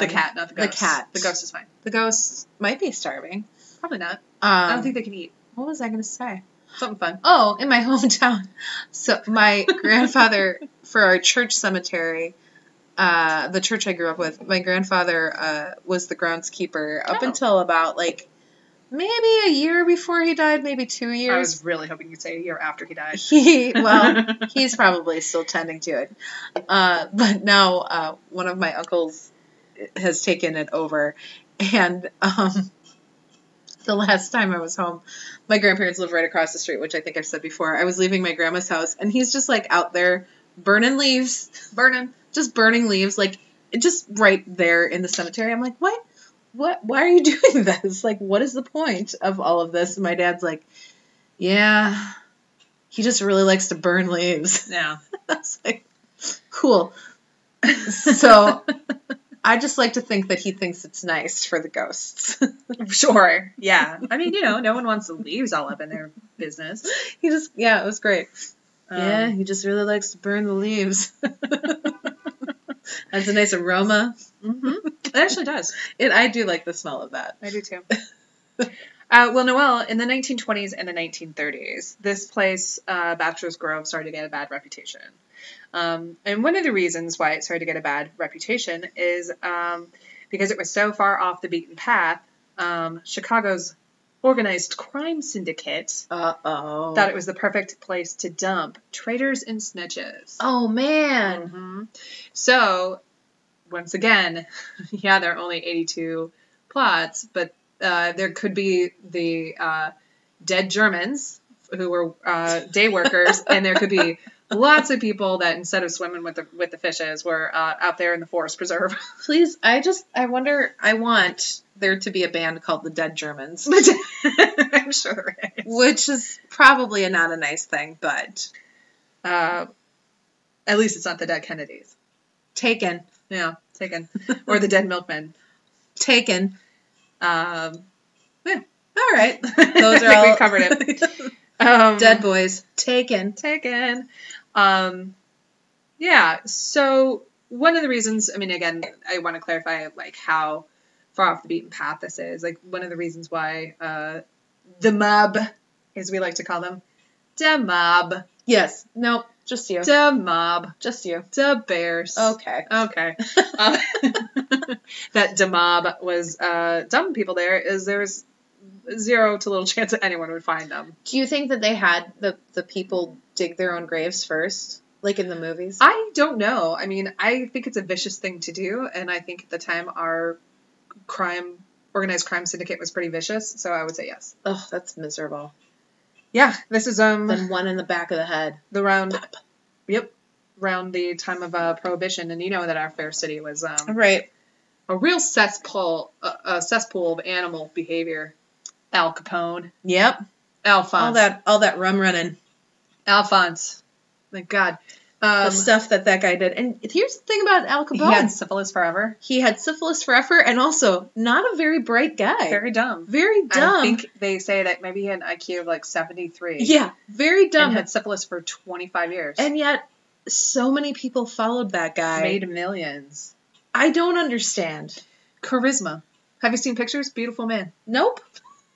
[SPEAKER 1] *laughs* the cat, not the
[SPEAKER 2] the
[SPEAKER 1] ghost.
[SPEAKER 2] cat.
[SPEAKER 1] The ghost is fine.
[SPEAKER 2] The ghost might be starving.
[SPEAKER 1] Probably not.
[SPEAKER 2] Um,
[SPEAKER 1] I don't think they can eat.
[SPEAKER 2] What was I going to say?
[SPEAKER 1] Something fun.
[SPEAKER 2] Oh, in my *laughs* hometown. So my grandfather for our church cemetery, uh, the church I grew up with, my grandfather uh, was the groundskeeper up
[SPEAKER 1] Oh.
[SPEAKER 2] until about like maybe a year before he died, maybe two
[SPEAKER 1] I
[SPEAKER 2] years.
[SPEAKER 1] was really hoping you'd say a year after he died.
[SPEAKER 2] He well, he's probably still tending to it. Uh, but now uh, one of my uncles has taken it over, and um, the last time I was home, my grandparents live right across the street, which I think I've said before. I was leaving my grandma's house, and he's just like out there burning leaves, *laughs*
[SPEAKER 1] Vernon.
[SPEAKER 2] just burning leaves, like just right there in the cemetery. I'm like, what? What? Why are you *laughs* doing this? Like, what is the point of all of this? And my dad's like, yeah, he just really likes to
[SPEAKER 1] *laughs*
[SPEAKER 2] burn leaves. *laughs*
[SPEAKER 1] Yeah.
[SPEAKER 2] I was like, cool. So I just like to think that he thinks it's nice for the ghosts. *laughs*
[SPEAKER 1] Sure. Yeah. I mean, you know, no one wants the leaves all up in their business.
[SPEAKER 2] he just, yeah, it was great.
[SPEAKER 1] Um,
[SPEAKER 2] yeah, he just really likes to burn the *laughs* leaves. Has a nice aroma.
[SPEAKER 1] *laughs* mhm. It actually does.
[SPEAKER 2] And I do like the smell of that.
[SPEAKER 1] I do too. Uh, well, Noel, in the 1920s and the 1930s, this place, uh, Bachelor's Grove, started to get a bad reputation. Um, and one of the reasons why it started to get a bad reputation is um, because it was so far off the beaten path, um, Chicago's organized crime syndicate
[SPEAKER 2] Uh oh.
[SPEAKER 1] thought it was the perfect place to dump traitors and snitches.
[SPEAKER 2] Oh man.
[SPEAKER 1] hmm So, once again, *laughs* yeah, there are only 82 plots, but uh, there could be the uh, dead Germans who were uh, day
[SPEAKER 2] *laughs*
[SPEAKER 1] workers, and there could be lots of people that instead of swimming with the with the fishes were uh, out there in the forest preserve. *laughs*
[SPEAKER 2] Please, I just, I wonder, I want there to be a band called the Dead Germans, *laughs*
[SPEAKER 1] But- I'm sure there is.
[SPEAKER 2] which is probably not a nice thing, but
[SPEAKER 1] Uh, at least it's not the dead Kennedys.
[SPEAKER 2] taken,
[SPEAKER 1] Yeah, taken. Or the dead milkmen.
[SPEAKER 2] taken.
[SPEAKER 1] Um, *laughs*
[SPEAKER 2] All right,
[SPEAKER 1] I
[SPEAKER 2] those
[SPEAKER 1] think
[SPEAKER 2] are all
[SPEAKER 1] we covered it.
[SPEAKER 2] *laughs*
[SPEAKER 1] Um,
[SPEAKER 2] Dead boys, taken.
[SPEAKER 1] taken. Um, yeah. So one of the reasons, I mean, again, I want to clarify like how far off the beaten path this is. Like one of the reasons why uh, the mob, as we like to call them, the mob,
[SPEAKER 2] Yes. Nope. Just you.
[SPEAKER 1] the mob,
[SPEAKER 2] just you.
[SPEAKER 1] the bears.
[SPEAKER 2] Okay.
[SPEAKER 1] Okay. Uh, *laughs* that the mob was uh, dumping people there is there's zero to little chance that anyone would find them.
[SPEAKER 2] Do you think that they had the the people dig their own graves first, like in the movies?
[SPEAKER 1] I don't know. I mean, I think it's a vicious thing to do, and I think at the time our crime organized crime syndicate was pretty vicious, so I would say yes.
[SPEAKER 2] Oh, that's miserable.
[SPEAKER 1] Yeah, this is um
[SPEAKER 2] Then one in the back of the head.
[SPEAKER 1] the round. Yep, round the time of uh, prohibition, and you know that our fair city was um,
[SPEAKER 2] Right.
[SPEAKER 1] a real cesspool, a, a cesspool of animal behavior. Al Capone,
[SPEAKER 2] Yep.
[SPEAKER 1] Alphonse,
[SPEAKER 2] All that all that rum running,
[SPEAKER 1] Alphonse. Thank God. Um,
[SPEAKER 2] the stuff that that guy did. And here's the thing about Al
[SPEAKER 1] he
[SPEAKER 2] Capone.
[SPEAKER 1] had syphilis forever.
[SPEAKER 2] He had syphilis forever, and also not a very bright guy.
[SPEAKER 1] Very dumb.
[SPEAKER 2] Very dumb.
[SPEAKER 1] I think they say that maybe he had an IQ of like 73.
[SPEAKER 2] yeah, very
[SPEAKER 1] Dumb.
[SPEAKER 2] dumb.
[SPEAKER 1] had syphilis for 25 years.
[SPEAKER 2] and yet, so many people followed that guy.
[SPEAKER 1] made millions.
[SPEAKER 2] I don't understand.
[SPEAKER 1] Charisma. Have you seen pictures? Beautiful man.
[SPEAKER 2] Nope.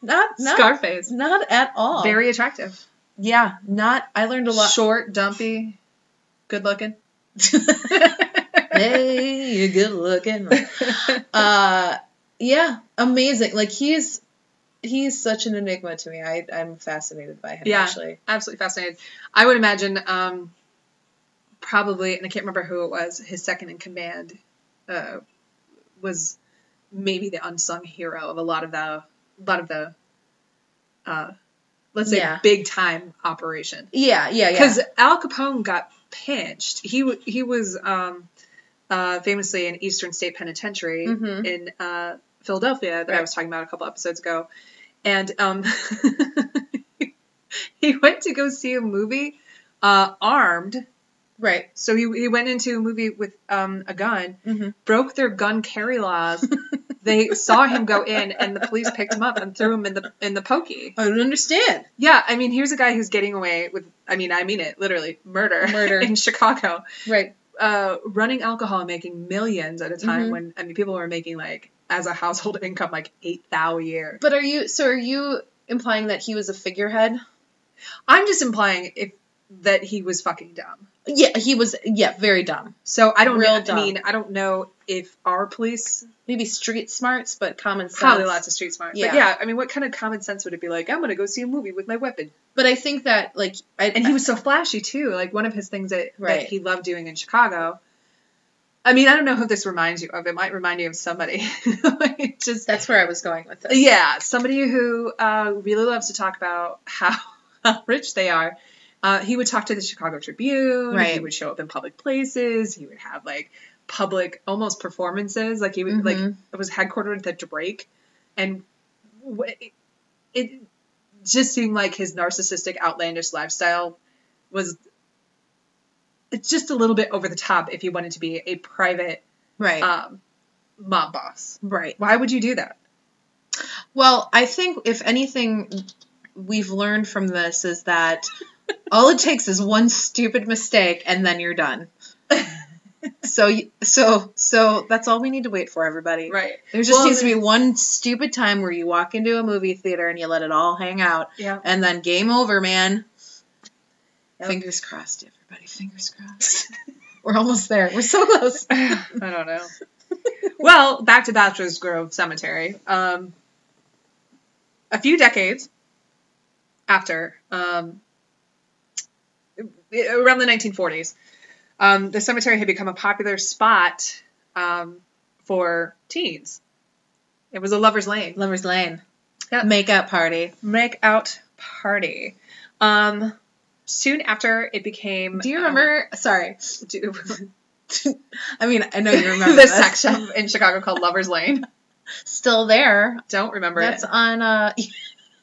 [SPEAKER 2] Not not
[SPEAKER 1] Scarface.
[SPEAKER 2] not at all.
[SPEAKER 1] Very attractive.
[SPEAKER 2] yeah, not I learned a lot.
[SPEAKER 1] Short, dumpy, good
[SPEAKER 2] *laughs*
[SPEAKER 1] looking. *laughs*
[SPEAKER 2] hey, you're
[SPEAKER 1] *laughs*
[SPEAKER 2] good looking. Uh yeah, amazing. Like he's he's such an enigma to me. I I'm fascinated by him
[SPEAKER 1] Yeah.
[SPEAKER 2] actually.
[SPEAKER 1] Absolutely fascinated. I would imagine um, probably, and I can't remember who it was, his second in command uh, was maybe the unsung hero of a lot of the, lot of the, uh, let's say,
[SPEAKER 2] Yeah.
[SPEAKER 1] big time operation.
[SPEAKER 2] Yeah, yeah, yeah.
[SPEAKER 1] because Al Capone got pinched. He w- he was um, uh, famously in Eastern State Penitentiary
[SPEAKER 2] Mhm.
[SPEAKER 1] in uh, Philadelphia that I
[SPEAKER 2] Right.
[SPEAKER 1] was talking about a couple episodes ago, and um, *laughs* he went to go see a movie uh, armed.
[SPEAKER 2] right.
[SPEAKER 1] So he, he went into a movie with um, a gun,
[SPEAKER 2] Mhm.
[SPEAKER 1] broke their gun carry laws. they saw him go in, and the police picked him up and threw him in the in the pokey.
[SPEAKER 2] I don't understand.
[SPEAKER 1] Yeah, I mean, here's a guy who's getting away with, I mean, I mean it, literally, murder.
[SPEAKER 2] Murder.
[SPEAKER 1] *laughs* in Chicago.
[SPEAKER 2] Right.
[SPEAKER 1] Uh, running alcohol and making millions at a time
[SPEAKER 2] Mhm.
[SPEAKER 1] when, I mean, people were making, like, as a household *laughs* income, like, 8 thou a year.
[SPEAKER 2] But are you so are you implying that he was a figurehead?
[SPEAKER 1] I'm just implying if that he was fucking dumb.
[SPEAKER 2] Yeah, he was yeah, very dumb.
[SPEAKER 1] So I don't
[SPEAKER 2] Real
[SPEAKER 1] know.
[SPEAKER 2] dumb.
[SPEAKER 1] I mean, I don't know if our police,
[SPEAKER 2] Maybe street smarts, but common sense.
[SPEAKER 1] probably lots of street smart.
[SPEAKER 2] Yeah.
[SPEAKER 1] But yeah, I mean, what kind of common sense would it be like, I'm going to go see a movie with my weapon?
[SPEAKER 2] But I think that like I
[SPEAKER 1] And he was
[SPEAKER 2] *laughs*
[SPEAKER 1] so flashy, too. Like, one of his things that,
[SPEAKER 2] Right.
[SPEAKER 1] that he loved doing in Chicago. I mean, I don't know who this reminds you of. It might remind you of somebody. *laughs* Like, just
[SPEAKER 2] that's where I was going with this.
[SPEAKER 1] Yeah, somebody who uh, really loves to talk about how, *laughs* how rich they are. Uh, he would talk to the Chicago Tribune. He
[SPEAKER 2] Right.
[SPEAKER 1] would show up in public places. He would have like public almost performances. Like he would like
[SPEAKER 2] Mhm.
[SPEAKER 1] it was headquartered at Drake, and w- it, it just seemed like his narcissistic, outlandish lifestyle was just a little bit over the top if he wanted to be a private
[SPEAKER 2] Right.
[SPEAKER 1] um, mob boss.
[SPEAKER 2] Uh, Right.
[SPEAKER 1] Why would you do that?
[SPEAKER 2] Well, I think if anything we've learned from this is that all it takes is one stupid mistake and then you're *laughs* done. so you- so so that's all we need to wait for everybody.
[SPEAKER 1] Right.
[SPEAKER 2] There just
[SPEAKER 1] Well,
[SPEAKER 2] needs to be
[SPEAKER 1] there's-
[SPEAKER 2] one stupid time where you walk into a movie theater and you let it all hang out *laughs*
[SPEAKER 1] Yeah.
[SPEAKER 2] and then game over, man.
[SPEAKER 1] Yep.
[SPEAKER 2] Fingers crossed everybody. Fingers crossed. *laughs* We're almost there. We're so close.
[SPEAKER 1] I don't know. well, back to Bachelor's Grove Cemetery. Um, a few decades after, um, i- around the 1940s, um, the cemetery had become a popular spot um, for teens. It was a lover's lane.
[SPEAKER 2] *laughs* Lover's Lane.
[SPEAKER 1] Yep.
[SPEAKER 2] Makeup party.
[SPEAKER 1] make out party. Um, soon after it became.
[SPEAKER 2] Do you remember? sorry.
[SPEAKER 1] um, *laughs* do,
[SPEAKER 2] I mean, I know you *laughs* remember
[SPEAKER 1] the
[SPEAKER 2] this.
[SPEAKER 1] sex shop in Chicago called Lovers Lane?
[SPEAKER 2] Still there.
[SPEAKER 1] Don't remember
[SPEAKER 2] That's
[SPEAKER 1] it.
[SPEAKER 2] on uh
[SPEAKER 1] *laughs*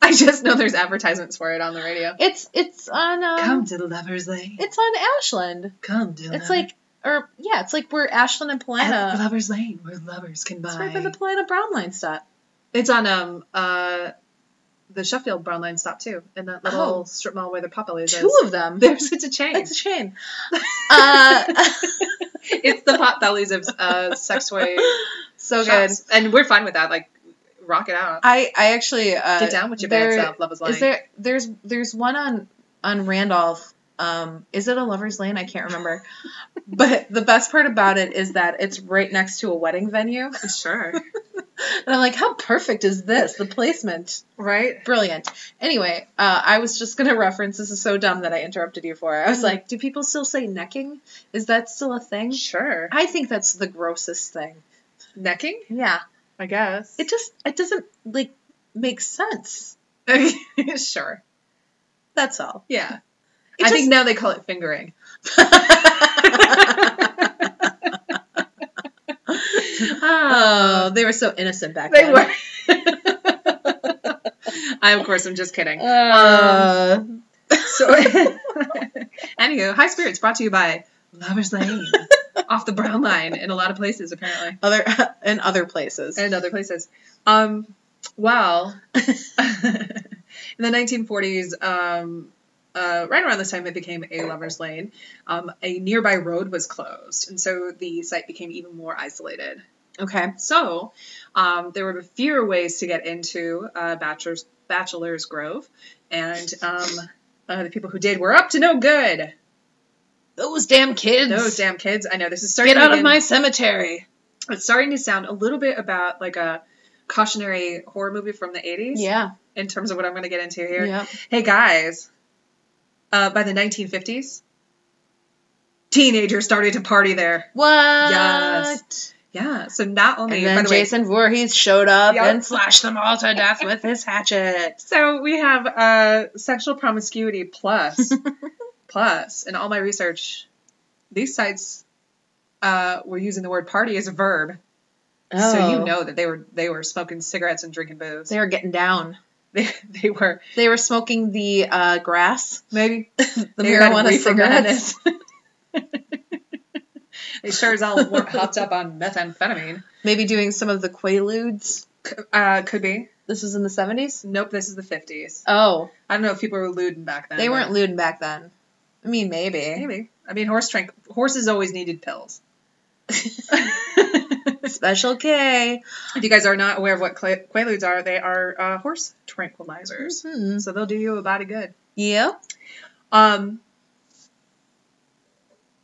[SPEAKER 1] I just know there's advertisements for it on the radio.
[SPEAKER 2] it's it's on um
[SPEAKER 1] to the Lovers Lane.
[SPEAKER 2] it's on Ashland.
[SPEAKER 1] Come to.
[SPEAKER 2] It's like or yeah, it's like where Ashland and Polana
[SPEAKER 1] Lovers Lane, where lovers can
[SPEAKER 2] It's right by the Polana Brown line stop.
[SPEAKER 1] It's on um uh the Sheffield Brown Line stop too, in that little
[SPEAKER 2] Oh.
[SPEAKER 1] strip mall where the Papa is.
[SPEAKER 2] Two of
[SPEAKER 1] *laughs*
[SPEAKER 2] them.
[SPEAKER 1] There's it's a chain.
[SPEAKER 2] That's a chain. *laughs* uh *laughs*
[SPEAKER 1] it's the pot bellies of uh, sex
[SPEAKER 2] *laughs*
[SPEAKER 1] toy
[SPEAKER 2] so good.
[SPEAKER 1] shops. and we're fine with that. Like, rock it out.
[SPEAKER 2] I I actually uh
[SPEAKER 1] Get down with your
[SPEAKER 2] there-
[SPEAKER 1] bad self. Love is lying.
[SPEAKER 2] Is there there's there's one on on Randolph. Um, is it a lover's lane? I can't
[SPEAKER 1] *laughs*
[SPEAKER 2] remember. but the best part about it is that it's right next to a wedding venue.
[SPEAKER 1] *laughs*
[SPEAKER 2] And
[SPEAKER 1] sure.
[SPEAKER 2] I'm like, how perfect is this? The placement.
[SPEAKER 1] right?
[SPEAKER 2] Brilliant. Anyway, uh, I was just going to reference this is so dumb that I interrupted you for. it. I was like, do people still say necking? Is that still a thing?
[SPEAKER 1] Mm-hmm. Sure.
[SPEAKER 2] I think that's the grossest thing.
[SPEAKER 1] Necking,
[SPEAKER 2] Yeah.
[SPEAKER 1] I guess.
[SPEAKER 2] It just it doesn't like make sense.
[SPEAKER 1] *laughs* sure.
[SPEAKER 2] That's all.
[SPEAKER 1] Yeah.
[SPEAKER 2] It
[SPEAKER 1] I
[SPEAKER 2] just-
[SPEAKER 1] think now they call it
[SPEAKER 2] *laughs*
[SPEAKER 1] fingering. *laughs*
[SPEAKER 2] oh, they were so innocent back
[SPEAKER 1] They
[SPEAKER 2] then.
[SPEAKER 1] were. I, of course, I'm just kidding.
[SPEAKER 2] Uh,
[SPEAKER 1] So, *laughs* anywho, High Spirits brought to you by Lover's Lane, off the brown line in a lot of places, apparently,
[SPEAKER 2] other *laughs* in other places.
[SPEAKER 1] and other places. Um, well, in the 1940s, um, uh, right around this time, it became a lover's lane. Um, a nearby road was closed, and so the site became even more isolated.
[SPEAKER 2] okay.
[SPEAKER 1] So um, there were fewer ways to get into uh, Bachelor's, Bachelor's Grove, and um, uh, the people who did were up to no good.
[SPEAKER 2] Those damn kids.
[SPEAKER 1] Those damn kids! I know this is starting
[SPEAKER 2] Get out
[SPEAKER 1] again-
[SPEAKER 2] of my cemetery.
[SPEAKER 1] It's starting to sound a little bit about like a cautionary horror movie from the 80s
[SPEAKER 2] Yeah.
[SPEAKER 1] in terms of what I'm going to get into here.
[SPEAKER 2] Yeah.
[SPEAKER 1] Hey guys, uh, by the 1950s, teenagers started to party there.
[SPEAKER 2] What?
[SPEAKER 1] Yes. Yeah, so not only
[SPEAKER 2] And
[SPEAKER 1] by
[SPEAKER 2] then
[SPEAKER 1] the way,
[SPEAKER 2] Jason Voorhees showed up
[SPEAKER 1] Yep.
[SPEAKER 2] and slashed them all to death with his hatchet.
[SPEAKER 1] so we have uh, sexual promiscuity
[SPEAKER 2] *laughs*
[SPEAKER 1] plus plus in all my research, these sites uh, were using the word party as a verb, so
[SPEAKER 2] Oh.
[SPEAKER 1] you know that they were they were smoking cigarettes and drinking booze.
[SPEAKER 2] they were getting down.
[SPEAKER 1] They, they were
[SPEAKER 2] They were smoking the uh, grass,
[SPEAKER 1] maybe
[SPEAKER 2] the
[SPEAKER 1] *laughs* They had
[SPEAKER 2] marijuana
[SPEAKER 1] reefer
[SPEAKER 2] cigarettes.
[SPEAKER 1] they sure as all
[SPEAKER 2] *laughs*
[SPEAKER 1] were hopped up on methamphetamine.
[SPEAKER 2] *laughs* Maybe doing some of the quaaludes.
[SPEAKER 1] C- uh, could be.
[SPEAKER 2] This was in the 70s?
[SPEAKER 1] Nope, this is the 50s.
[SPEAKER 2] Oh,
[SPEAKER 1] I don't know if people were lewd back then.
[SPEAKER 2] they
[SPEAKER 1] but
[SPEAKER 2] weren't lewd back then. I mean, maybe.
[SPEAKER 1] Maybe. I mean, horse drink. Horses always needed
[SPEAKER 2] *laughs*
[SPEAKER 1] pills.
[SPEAKER 2] Special K.
[SPEAKER 1] If you guys are not aware of what qua- quaaludes are, they are uh, horse tranquilizers.
[SPEAKER 2] Hmm.
[SPEAKER 1] So they'll do you a body good.
[SPEAKER 2] Yep.
[SPEAKER 1] Um,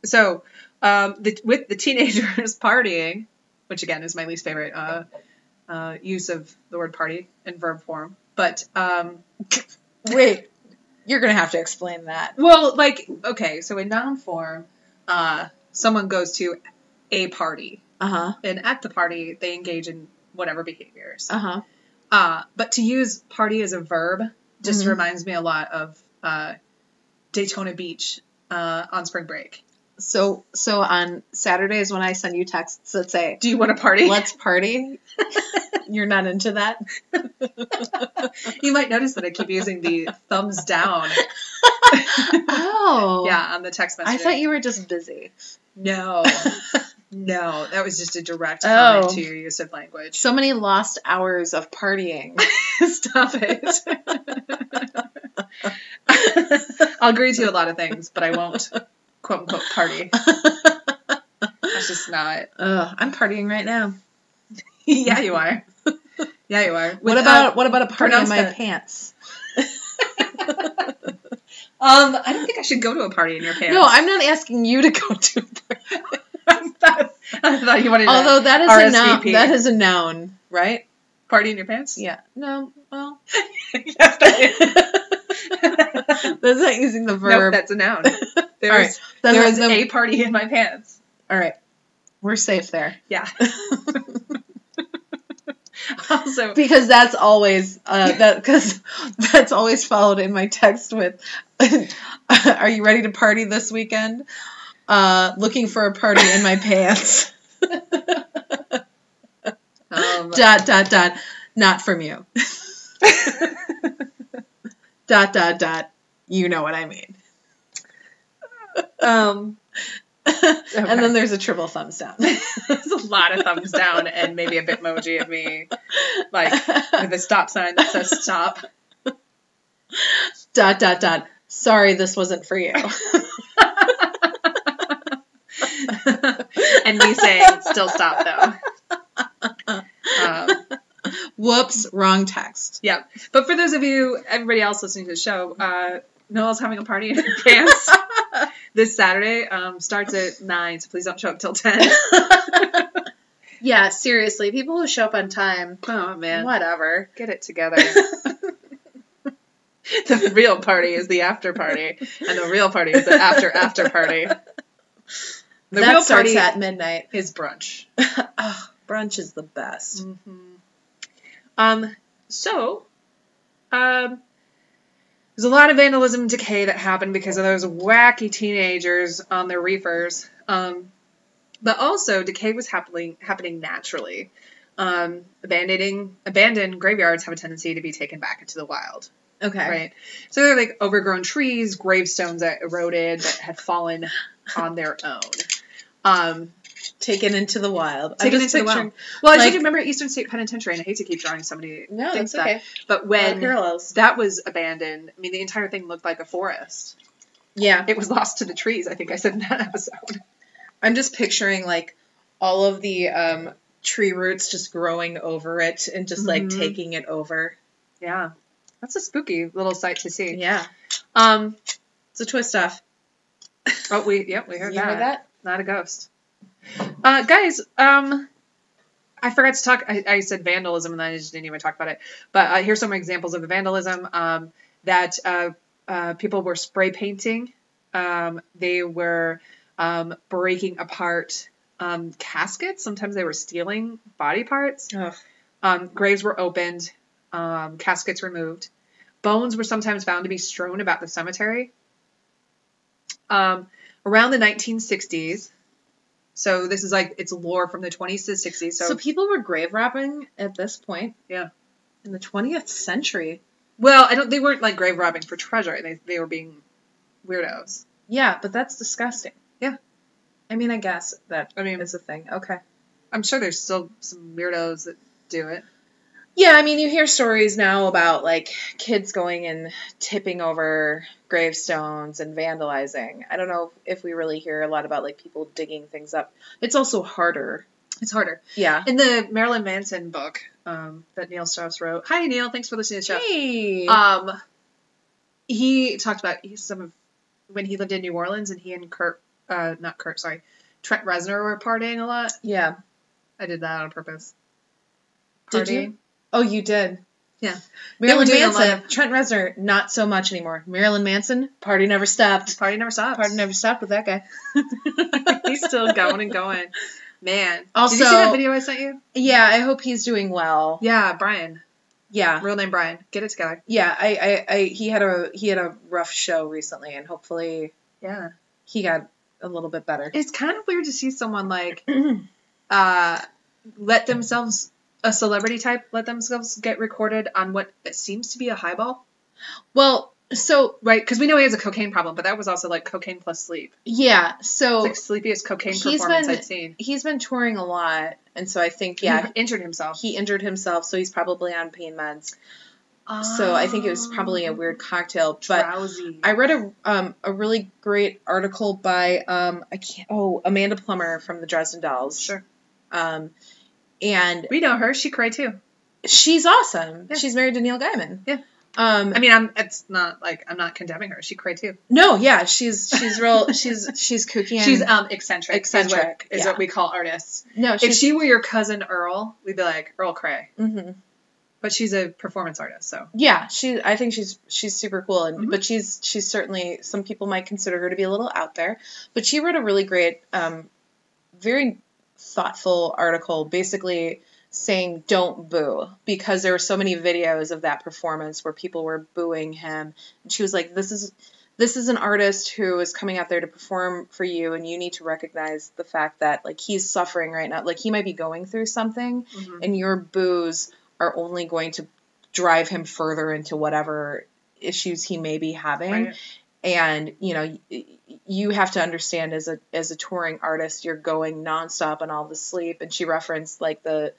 [SPEAKER 1] so um, the, with the teenagers *laughs* partying, which again is my least favorite uh, uh, use of the word party in verb form, but um,
[SPEAKER 2] Wait, you're going to have to explain that.
[SPEAKER 1] well, like okay, so in noun form, uh, someone goes to a party,
[SPEAKER 2] Uh huh.
[SPEAKER 1] and at the party they engage in whatever behaviors.
[SPEAKER 2] Uh huh.
[SPEAKER 1] Uh, but to use party as a verb just
[SPEAKER 2] Mhm.
[SPEAKER 1] reminds me a lot of uh, Daytona Beach uh, on spring break.
[SPEAKER 2] So, so on Saturdays when I send you texts that *laughs* say,
[SPEAKER 1] Do you want to party?
[SPEAKER 2] let's party, *laughs* you're not into that?
[SPEAKER 1] *laughs* You might notice that I keep using the thumbs
[SPEAKER 2] *laughs*
[SPEAKER 1] down.
[SPEAKER 2] Oh. *laughs*
[SPEAKER 1] Yeah, on the text message.
[SPEAKER 2] *laughs* I thought you were just busy.
[SPEAKER 1] No. No, that was just a direct
[SPEAKER 2] Oh.
[SPEAKER 1] comment to your use of language.
[SPEAKER 2] *laughs* So many lost hours of *laughs* partying.
[SPEAKER 1] Stop
[SPEAKER 2] *laughs*
[SPEAKER 1] it. I'll agree to a lot of things, but I won't quote unquote party. That's just
[SPEAKER 2] *laughs*
[SPEAKER 1] not.
[SPEAKER 2] Ugh, I'm partying right *laughs* now.
[SPEAKER 1] yeah, you
[SPEAKER 2] *laughs*
[SPEAKER 1] are. Yeah, you are.
[SPEAKER 2] What
[SPEAKER 1] With,
[SPEAKER 2] about what about a party in
[SPEAKER 1] pronounce
[SPEAKER 2] my
[SPEAKER 1] that.
[SPEAKER 2] pants?
[SPEAKER 1] uh, um, I don't think I should go to a party in your pants.
[SPEAKER 2] No, I'm not asking you to go *laughs* to. A party.
[SPEAKER 1] *laughs* I thought, I thought you wanted
[SPEAKER 2] Although that is a noun.
[SPEAKER 1] RSVP.
[SPEAKER 2] That is a noun, right?
[SPEAKER 1] a party in your pants.
[SPEAKER 2] Yeah. No. Well,
[SPEAKER 1] *laughs* yes, that
[SPEAKER 2] *laughs*
[SPEAKER 1] is.
[SPEAKER 2] that's not using the
[SPEAKER 1] Nope,
[SPEAKER 2] verb.
[SPEAKER 1] that's a
[SPEAKER 2] *laughs*
[SPEAKER 1] noun. There's,
[SPEAKER 2] All right. Then
[SPEAKER 1] there's
[SPEAKER 2] the-
[SPEAKER 1] a party in my pants.
[SPEAKER 2] All right. We're
[SPEAKER 1] *laughs*
[SPEAKER 2] safe there. *laughs*
[SPEAKER 1] Yeah. also,
[SPEAKER 2] Because that's always uh, that because that's always followed in my text with, *laughs* "Are you ready to party this weekend? Uh, looking for a party in my
[SPEAKER 1] *laughs*
[SPEAKER 2] pants." *laughs*
[SPEAKER 1] um,
[SPEAKER 2] dot dot dot. Not from you.
[SPEAKER 1] *laughs*
[SPEAKER 2] Dot dot dot. You know what
[SPEAKER 1] *laughs*
[SPEAKER 2] I mean.
[SPEAKER 1] um,
[SPEAKER 2] And then there's a triple thumbs down. *laughs*
[SPEAKER 1] there's a lot of thumbs down and maybe a bitmoji of me, like with a stop sign that says stop.
[SPEAKER 2] dot dot dot. Sorry, this wasn't for you. *laughs*
[SPEAKER 1] and me saying still stop though.
[SPEAKER 2] *laughs*
[SPEAKER 1] Um,
[SPEAKER 2] Whoops, wrong text.
[SPEAKER 1] yeah, but for those of you, everybody else listening to the show, uh, Noel's having a party in her *laughs* pants this Saturday. Um, starts at nine, so please don't show up till ten.
[SPEAKER 2] Yeah, seriously, people who show up on time,
[SPEAKER 1] *laughs* Oh man,
[SPEAKER 2] *laughs* whatever.
[SPEAKER 1] get it together. *laughs* the real party is the after party, and the real party is the after after party. The
[SPEAKER 2] that
[SPEAKER 1] real
[SPEAKER 2] starts
[SPEAKER 1] party
[SPEAKER 2] at midnight.
[SPEAKER 1] is brunch.
[SPEAKER 2] oh, brunch is the best.
[SPEAKER 1] Um, so, um, there's a lot of vandalism and decay that happened because of those wacky teenagers on their reefers. Um, but also, decay was happening happening naturally. Um, abandoning abandoned graveyards have a tendency to be taken back into the wild.
[SPEAKER 2] Okay.
[SPEAKER 1] Right. So they're like overgrown trees, gravestones that eroded that had fallen on their own. Um,
[SPEAKER 2] Taken into the wild.
[SPEAKER 1] taken into
[SPEAKER 2] just
[SPEAKER 1] the
[SPEAKER 2] picturing-
[SPEAKER 1] well. Well, I
[SPEAKER 2] like-
[SPEAKER 1] did remember Eastern State Penitentiary, and I hate to keep drawing so many
[SPEAKER 2] No,
[SPEAKER 1] things
[SPEAKER 2] that's
[SPEAKER 1] back,
[SPEAKER 2] okay.
[SPEAKER 1] but
[SPEAKER 2] Uh,
[SPEAKER 1] when
[SPEAKER 2] parallels.
[SPEAKER 1] that was abandoned, I mean, the entire thing looked like a forest.
[SPEAKER 2] Yeah.
[SPEAKER 1] It was lost to the trees. I think I said in that *laughs* episode.
[SPEAKER 2] I'm just picturing like all of the um, tree roots just growing over it and just like
[SPEAKER 1] Mhm.
[SPEAKER 2] taking it over.
[SPEAKER 1] Yeah, that's a spooky little sight to see.
[SPEAKER 2] Yeah.
[SPEAKER 1] Um.
[SPEAKER 2] It's a twist off.
[SPEAKER 1] Oh, we yep, we heard
[SPEAKER 2] you
[SPEAKER 1] that.
[SPEAKER 2] heard that?
[SPEAKER 1] Not a ghost. Uh, guys, um, I forgot to talk. I, I said vandalism, and then I just didn't even talk about it. But uh, here's some examples of vandalism um, that uh, uh, people were spray painting. Um, they were um, breaking apart um, caskets. Sometimes they were stealing body parts.
[SPEAKER 2] Ugh.
[SPEAKER 1] Um, graves were opened, um, caskets removed. Bones were sometimes found to be strewn about the cemetery. Um, around the 1960s, so this is like it's lore from the 20s to 60s. So,
[SPEAKER 2] So, people were grave robbing at this point.
[SPEAKER 1] Yeah.
[SPEAKER 2] In the 20th century.
[SPEAKER 1] well, I don't. They weren't like grave robbing for treasure. They they were being weirdos.
[SPEAKER 2] Yeah, but that's disgusting.
[SPEAKER 1] Yeah.
[SPEAKER 2] I mean, I guess that
[SPEAKER 1] I mean,
[SPEAKER 2] is a thing. Okay.
[SPEAKER 1] I'm sure there's still some weirdos that do it.
[SPEAKER 2] Yeah, I mean, you hear stories now about like kids going and tipping over gravestones and vandalizing. I don't know if we really hear a lot about like people digging things up. It's also harder.
[SPEAKER 1] It's harder.
[SPEAKER 2] Yeah.
[SPEAKER 1] In the Marilyn Manson book um, that Neil Strauss wrote. Hi, Neil. Thanks for listening to the show.
[SPEAKER 2] Hey.
[SPEAKER 1] Um, he talked about he- some of when he lived in New Orleans and he and Kurt, uh, not Kurt, sorry, Trent Reznor were partying a lot.
[SPEAKER 2] yeah.
[SPEAKER 1] I did that on purpose.
[SPEAKER 2] Did you? Oh, you did.
[SPEAKER 1] Yeah.
[SPEAKER 2] Marilyn
[SPEAKER 1] They were doing a lot
[SPEAKER 2] Manson, Trent Reznor, not so much anymore. Marilyn Manson, party never stopped.
[SPEAKER 1] Party never stops.
[SPEAKER 2] Party never stopped with that guy.
[SPEAKER 1] *laughs*
[SPEAKER 2] *laughs*
[SPEAKER 1] He's still going and going. Man.
[SPEAKER 2] Also-
[SPEAKER 1] did you see that video I sent you?
[SPEAKER 2] Yeah, I hope he's doing well.
[SPEAKER 1] Yeah, Brian.
[SPEAKER 2] Yeah.
[SPEAKER 1] Real name Brian. Get it together.
[SPEAKER 2] Yeah, I, I, I he had a he had a rough show recently and hopefully
[SPEAKER 1] Yeah.
[SPEAKER 2] he got a little bit better.
[SPEAKER 1] It's kind of weird to see someone like uh, let themselves a celebrity type let themselves get recorded on what seems to be a highball.
[SPEAKER 2] Well, So
[SPEAKER 1] right? Because we know he has a cocaine problem, but that was also like cocaine plus sleep.
[SPEAKER 2] yeah, so
[SPEAKER 1] It's like sleepiest cocaine
[SPEAKER 2] He's
[SPEAKER 1] performance
[SPEAKER 2] been-
[SPEAKER 1] I've seen.
[SPEAKER 2] he's been touring a lot, and so I think yeah,
[SPEAKER 1] he *laughs* injured himself.
[SPEAKER 2] he injured himself, so he's probably on pain meds. So I think it was probably a weird cocktail, but
[SPEAKER 1] Ah, drowsy.
[SPEAKER 2] I read a um, a really great article by um I can't oh Amanda Plummer from the Dresden Dolls.
[SPEAKER 1] Sure.
[SPEAKER 2] Um, and
[SPEAKER 1] we know her. She cried too.
[SPEAKER 2] she's awesome.
[SPEAKER 1] Yeah.
[SPEAKER 2] She's married to Neil Gaiman.
[SPEAKER 1] Yeah.
[SPEAKER 2] Um.
[SPEAKER 1] I mean, I'm. It's not like I'm not condemning her. She cried too.
[SPEAKER 2] No. Yeah. She's she's real. *laughs* she's she's kooky. And,
[SPEAKER 1] She's um eccentric. Is what,
[SPEAKER 2] Eccentric,
[SPEAKER 1] is
[SPEAKER 2] yeah.
[SPEAKER 1] what we call artists.
[SPEAKER 2] no.
[SPEAKER 1] if
[SPEAKER 2] She's,
[SPEAKER 1] she were your cousin Earl, we'd be like Earl Cray.
[SPEAKER 2] hmm
[SPEAKER 1] But she's a performance artist, so
[SPEAKER 2] Yeah. She. I think she's she's super cool. And
[SPEAKER 1] Mhm.
[SPEAKER 2] but she's she's certainly some people might consider her to be a little out there. But she wrote a really great, um, very thoughtful article, basically saying don't boo because there were so many videos of that performance where people were booing him. And she was like, this is this is an artist who is coming out there to perform for you and you need to recognize the fact that like he's suffering right now like he might be going through something
[SPEAKER 1] Mhm.
[SPEAKER 2] and your boos are only going to drive him further into whatever issues he may be having
[SPEAKER 1] right.
[SPEAKER 2] and you know y- you have to understand as a as a touring artist you're going nonstop on all the sleep and she referenced like the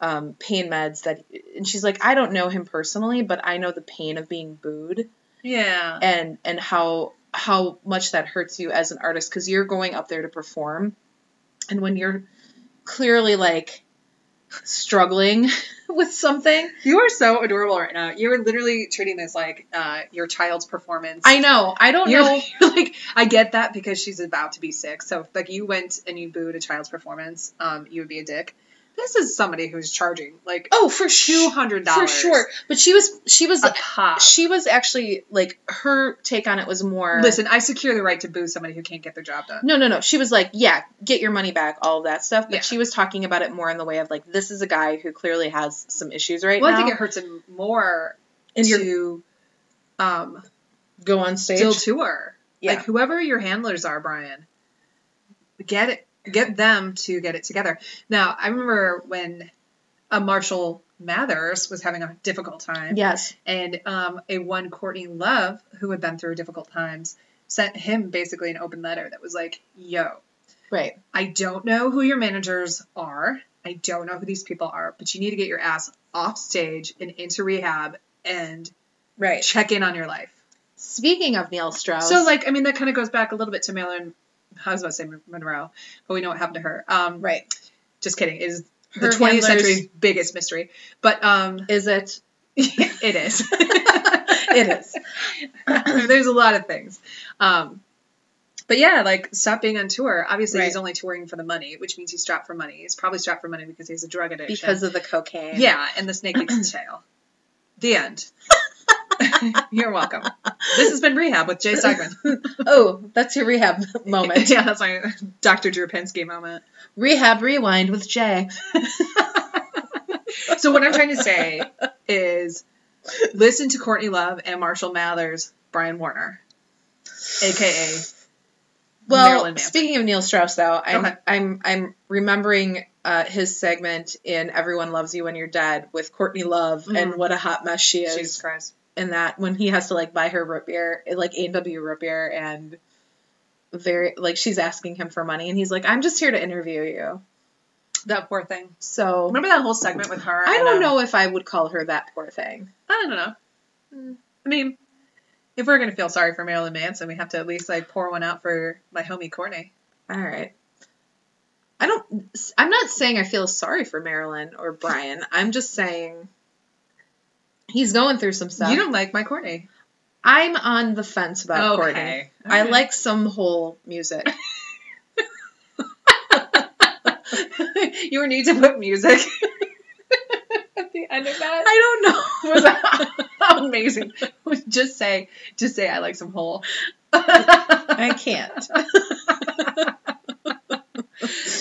[SPEAKER 2] um, pain meds that and she's like I don't know him personally but I know the pain of being booed
[SPEAKER 1] yeah,
[SPEAKER 2] and and how how much that hurts you as an artist because you're going up there to perform and when you're clearly like struggling *laughs* with something
[SPEAKER 1] you are so adorable right now. You're literally treating this like uh, your child's performance.
[SPEAKER 2] i know i don't
[SPEAKER 1] You're,
[SPEAKER 2] know
[SPEAKER 1] you're *laughs* like I get that because she's about to be six. So if like you went and you booed a child's performance, um, you would be a dick. This is somebody who's charging like
[SPEAKER 2] oh for
[SPEAKER 1] two
[SPEAKER 2] sure
[SPEAKER 1] hundred
[SPEAKER 2] for
[SPEAKER 1] dollars
[SPEAKER 2] sure but she was she was
[SPEAKER 1] a pop.
[SPEAKER 2] she was actually like her take on it was more
[SPEAKER 1] Listen, I secure the right to boo somebody who can't get their job done.
[SPEAKER 2] no no no she was like yeah get your money back all of that stuff but
[SPEAKER 1] Yeah.
[SPEAKER 2] she was talking about it more in the way of like this is a guy who clearly has some issues right
[SPEAKER 1] well,
[SPEAKER 2] now
[SPEAKER 1] I think it hurts him more
[SPEAKER 2] and you're
[SPEAKER 1] to um,
[SPEAKER 2] go on stage
[SPEAKER 1] still tour.
[SPEAKER 2] yeah
[SPEAKER 1] Like whoever your handlers are, Brian, get it, get them to get it together. Now, I remember when uh, Marshall Mathers was having a difficult time,
[SPEAKER 2] yes
[SPEAKER 1] and um, a one Courtney Love who had been through difficult times sent him basically an open letter that was like, "Yo,
[SPEAKER 2] right
[SPEAKER 1] I don't know who your managers are. I don't know who these people are, but you need to get your ass off stage and into rehab and
[SPEAKER 2] right
[SPEAKER 1] check in on your life."
[SPEAKER 2] Speaking of Neil Strauss,
[SPEAKER 1] So, like, I mean, that kind of goes back a little bit to Marilyn. I was about to say Monroe, but we know what happened to her. Um,
[SPEAKER 2] right,
[SPEAKER 1] Just kidding. It is
[SPEAKER 2] Her
[SPEAKER 1] the 20th
[SPEAKER 2] handlers-
[SPEAKER 1] century's biggest mystery, but um, *laughs*
[SPEAKER 2] is *laughs* it?
[SPEAKER 1] it is. *laughs*
[SPEAKER 2] It is.
[SPEAKER 1] There's a lot of things. Um, but yeah, like stop being on tour. Obviously, he's
[SPEAKER 2] Right.
[SPEAKER 1] only touring for the money, which means he's strapped for money. He's probably strapped for money because he has a drug addiction.
[SPEAKER 2] Because of the cocaine.
[SPEAKER 1] Yeah, and the snake eats its tail. The
[SPEAKER 2] *laughs*
[SPEAKER 1] end. You're welcome. This has been Rehab with Jay
[SPEAKER 2] *laughs*
[SPEAKER 1] Stockman.
[SPEAKER 2] Oh, that's your rehab *laughs*
[SPEAKER 1] *laughs*
[SPEAKER 2] moment.
[SPEAKER 1] yeah, that's my Dr. Drew Pinsky moment.
[SPEAKER 2] Rehab rewind with Jay.
[SPEAKER 1] So what I'm trying to say is listen to Courtney Love and Marshall Mathers, Brian Warner, aka Marilyn
[SPEAKER 2] Well,
[SPEAKER 1] Manson.
[SPEAKER 2] speaking of Neil Strauss, though, I'm
[SPEAKER 1] Okay.
[SPEAKER 2] I'm I'm remembering uh, his segment in "Everyone Loves You When You're Dead" with Courtney Love, and
[SPEAKER 1] Mhm.
[SPEAKER 2] what a hot mess she is.
[SPEAKER 1] Jesus Christ.
[SPEAKER 2] and that when he has to like buy her root beer, like A and W root beer, and very like she's asking him for money, and he's like, "I'm just here to interview you."
[SPEAKER 1] That poor thing.
[SPEAKER 2] So
[SPEAKER 1] Remember that whole segment with her?
[SPEAKER 2] I
[SPEAKER 1] and,
[SPEAKER 2] don't
[SPEAKER 1] um,
[SPEAKER 2] know if I would call her that poor thing.
[SPEAKER 1] I don't know. Mm. I mean, if we're gonna feel sorry for Marilyn Manson, we have to at least like pour one out for my homie Courtney.
[SPEAKER 2] All right. I don't. I'm not saying I feel sorry for Marilyn
[SPEAKER 1] *laughs*
[SPEAKER 2] or Brian. I'm just saying he's going through some stuff.
[SPEAKER 1] You don't like my Courtney.
[SPEAKER 2] I'm on the fence about Courtney. I
[SPEAKER 1] Okay. *laughs*
[SPEAKER 2] like some whole music.
[SPEAKER 1] you were need to put music *laughs* at the end of that.
[SPEAKER 2] I
[SPEAKER 1] *laughs* Was that *laughs* amazing? Just say, just say, I like some hole. *laughs*
[SPEAKER 2] I can't.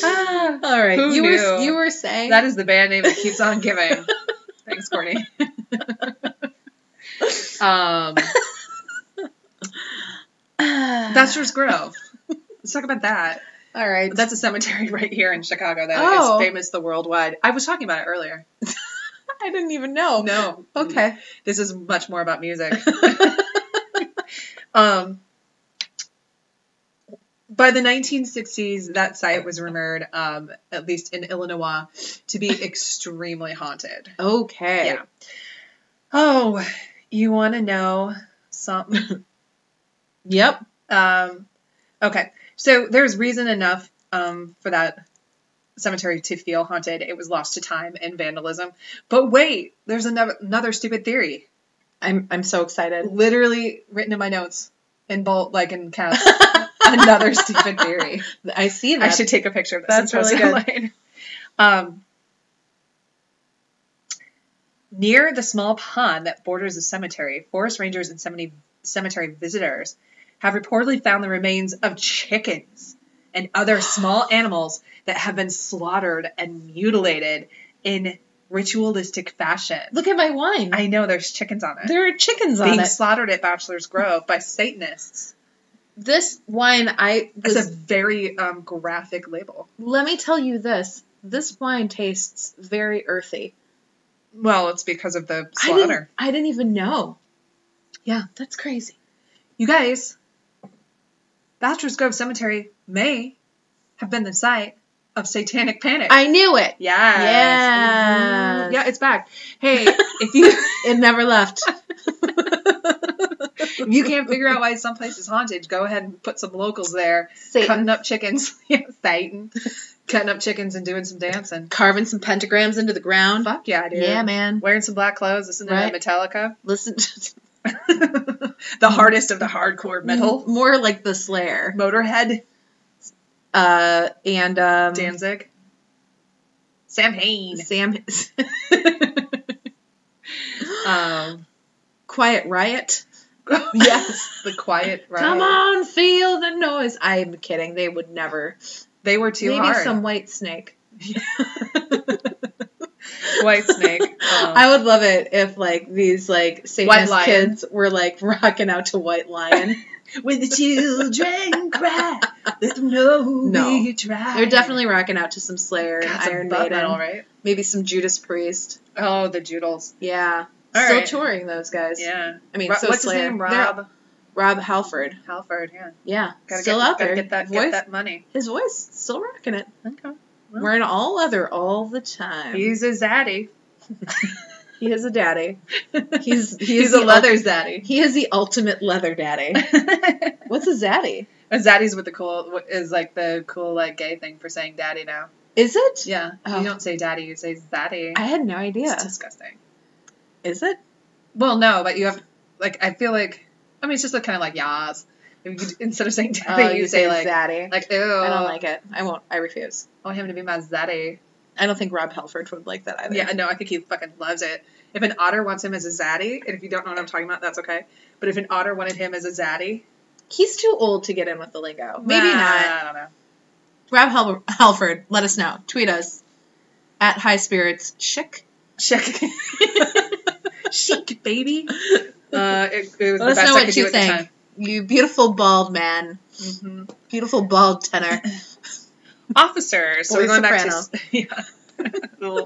[SPEAKER 1] Ah,
[SPEAKER 2] All right.
[SPEAKER 1] Who
[SPEAKER 2] you were
[SPEAKER 1] knew?
[SPEAKER 2] you were saying *sighs*
[SPEAKER 1] that is the band name that keeps on giving. Thanks, Courtney. um, Thatcher's Grove. Let's talk about that.
[SPEAKER 2] all right.
[SPEAKER 1] That's a cemetery *laughs* right here in Chicago that is
[SPEAKER 2] Oh.
[SPEAKER 1] famous the worldwide. I was talking about it earlier.
[SPEAKER 2] I didn't even know.
[SPEAKER 1] No,
[SPEAKER 2] Okay.
[SPEAKER 1] This is much more about music. *laughs* Um, by the 1960s, that site was rumored, um, at least in Illinois, to be extremely haunted.
[SPEAKER 2] Okay.
[SPEAKER 1] Yeah. Oh, you want to know something?
[SPEAKER 2] Yep.
[SPEAKER 1] *laughs* Um, okay, so there's reason enough um, for that cemetery to feel haunted. It was lost to time and vandalism. But wait, there's another another stupid theory,
[SPEAKER 2] I'm I'm so excited.
[SPEAKER 1] literally written in my notes in bold, like in caps. another stupid theory.
[SPEAKER 2] I see
[SPEAKER 1] I
[SPEAKER 2] that.
[SPEAKER 1] should take a picture of this.
[SPEAKER 2] That's
[SPEAKER 1] and post
[SPEAKER 2] really
[SPEAKER 1] it online. *laughs* Um, near the small pond that borders the cemetery, forest rangers and cemetery, cemetery visitors have reportedly found the remains of chickens and other *gasps* small animals that have been slaughtered and mutilated in ritualistic fashion.
[SPEAKER 2] Look at my wine.
[SPEAKER 1] I know there's chickens on it.
[SPEAKER 2] there are chickens on
[SPEAKER 1] Being
[SPEAKER 2] it.
[SPEAKER 1] slaughtered at Bachelor's Grove by Satanists.
[SPEAKER 2] This wine, I
[SPEAKER 1] That's
[SPEAKER 2] was-
[SPEAKER 1] a very um, graphic label.
[SPEAKER 2] let me tell you this. This wine tastes very earthy.
[SPEAKER 1] Well, it's because of the
[SPEAKER 2] I didn't,
[SPEAKER 1] slaughter.
[SPEAKER 2] I didn't even know.
[SPEAKER 1] Yeah.
[SPEAKER 2] That's crazy.
[SPEAKER 1] You guys, Bachelor's Grove Cemetery may have been the site of satanic panic.
[SPEAKER 2] I knew it.
[SPEAKER 1] yes.
[SPEAKER 2] Yes.
[SPEAKER 1] Mhm. Yeah, it's back.
[SPEAKER 2] *laughs*
[SPEAKER 1] Hey, if you
[SPEAKER 2] It never left.
[SPEAKER 1] if you can't figure out why someplace is haunted, go ahead and put some locals there
[SPEAKER 2] *laughs* Satan
[SPEAKER 1] cutting up chickens. *laughs* yeah, Satan. cutting up chickens and doing some dancing.
[SPEAKER 2] carving some pentagrams into the ground.
[SPEAKER 1] Fuck yeah, dude.
[SPEAKER 2] Yeah, man.
[SPEAKER 1] Wearing some black clothes, listening
[SPEAKER 2] Right.
[SPEAKER 1] to Metallica. *laughs*
[SPEAKER 2] Listen *laughs* to
[SPEAKER 1] the hardest of the hardcore metal.
[SPEAKER 2] *laughs* More like the Slayer.
[SPEAKER 1] Motorhead,
[SPEAKER 2] Uh, and um,
[SPEAKER 1] Danzig. Sam Hain.
[SPEAKER 2] Sam,
[SPEAKER 1] *laughs* *gasps* Um,
[SPEAKER 2] Quiet Riot.
[SPEAKER 1] yes, the quiet riot.
[SPEAKER 2] Come on, feel the noise. I'm kidding. They would never.
[SPEAKER 1] They were too
[SPEAKER 2] Maybe
[SPEAKER 1] hard.
[SPEAKER 2] some white *laughs* snake.
[SPEAKER 1] *laughs* White Snake. Um,
[SPEAKER 2] I would love it if like these like Satanist
[SPEAKER 1] Lion.
[SPEAKER 2] kids were like
[SPEAKER 1] *laughs*
[SPEAKER 2] rocking out to White Lion.
[SPEAKER 1] when the children cry, let them know
[SPEAKER 2] No.
[SPEAKER 1] we tried.
[SPEAKER 2] *laughs* They're definitely rocking out to some Slayer and
[SPEAKER 1] God, some
[SPEAKER 2] Iron
[SPEAKER 1] butt
[SPEAKER 2] Maiden,
[SPEAKER 1] metal, right?
[SPEAKER 2] maybe some Judas Priest.
[SPEAKER 1] Oh, the Judals.
[SPEAKER 2] Yeah,
[SPEAKER 1] All
[SPEAKER 2] still
[SPEAKER 1] right.
[SPEAKER 2] touring those guys.
[SPEAKER 1] Yeah.
[SPEAKER 2] I mean,
[SPEAKER 1] Ro-
[SPEAKER 2] so
[SPEAKER 1] what's
[SPEAKER 2] Slayer.
[SPEAKER 1] his name?
[SPEAKER 2] They're-
[SPEAKER 1] Rob
[SPEAKER 2] Rob Halford.
[SPEAKER 1] Halford. Yeah.
[SPEAKER 2] Yeah,
[SPEAKER 1] Gotta
[SPEAKER 2] still
[SPEAKER 1] get,
[SPEAKER 2] out
[SPEAKER 1] gotta
[SPEAKER 2] there.
[SPEAKER 1] Get that,
[SPEAKER 2] voice,
[SPEAKER 1] get that money.
[SPEAKER 2] His voice still rocking it.
[SPEAKER 1] Okay. Well.
[SPEAKER 2] Wearing all leather all the time.
[SPEAKER 1] He's a *laughs* zaddy.
[SPEAKER 2] he is
[SPEAKER 1] *laughs*
[SPEAKER 2] a daddy. He's he
[SPEAKER 1] He's
[SPEAKER 2] is
[SPEAKER 1] a
[SPEAKER 2] the
[SPEAKER 1] leather
[SPEAKER 2] ul-
[SPEAKER 1] zaddy.
[SPEAKER 2] he is the ultimate leather daddy.
[SPEAKER 1] *laughs*
[SPEAKER 2] What's a zaddy?
[SPEAKER 1] A zaddy's with the cool is like the cool like gay thing for saying daddy now.
[SPEAKER 2] Is it?
[SPEAKER 1] Yeah,
[SPEAKER 2] Oh.
[SPEAKER 1] you don't say daddy, you say zaddy.
[SPEAKER 2] I had no idea.
[SPEAKER 1] It's disgusting.
[SPEAKER 2] Is it?
[SPEAKER 1] Well, no, but you have like I feel like I mean it's just like kind of like yas. If you- Instead of
[SPEAKER 2] *laughs*
[SPEAKER 1] saying daddy, you, say, like
[SPEAKER 2] Oh, Uh, zaddy.
[SPEAKER 1] like ew.
[SPEAKER 2] I don't like it. I won't. I refuse.
[SPEAKER 1] I want him to be my zaddy.
[SPEAKER 2] I don't think Rob Halford would like that either.
[SPEAKER 1] Yeah, no, I think he fucking loves it. If an otter wants him as a zaddy, and if you don't know what I'm talking about, that's okay. But if an otter wanted him as a zaddy,
[SPEAKER 2] He's too old to get in with the lingo. Maybe
[SPEAKER 1] nah,
[SPEAKER 2] not.
[SPEAKER 1] I don't know.
[SPEAKER 2] Rob Hal- Halford, let us know. Tweet us at High Spirits Chic. *laughs*
[SPEAKER 1] Chic, chic baby. Uh, it, it was the
[SPEAKER 2] Let us
[SPEAKER 1] best
[SPEAKER 2] know
[SPEAKER 1] I could
[SPEAKER 2] what
[SPEAKER 1] do
[SPEAKER 2] you
[SPEAKER 1] at the
[SPEAKER 2] think.
[SPEAKER 1] time.
[SPEAKER 2] You beautiful bald man. Mm-hmm.
[SPEAKER 1] Mhm.
[SPEAKER 2] Beautiful bald *laughs* tenor.
[SPEAKER 1] Officers. So
[SPEAKER 2] Boy
[SPEAKER 1] we're going *laughs* back to yeah.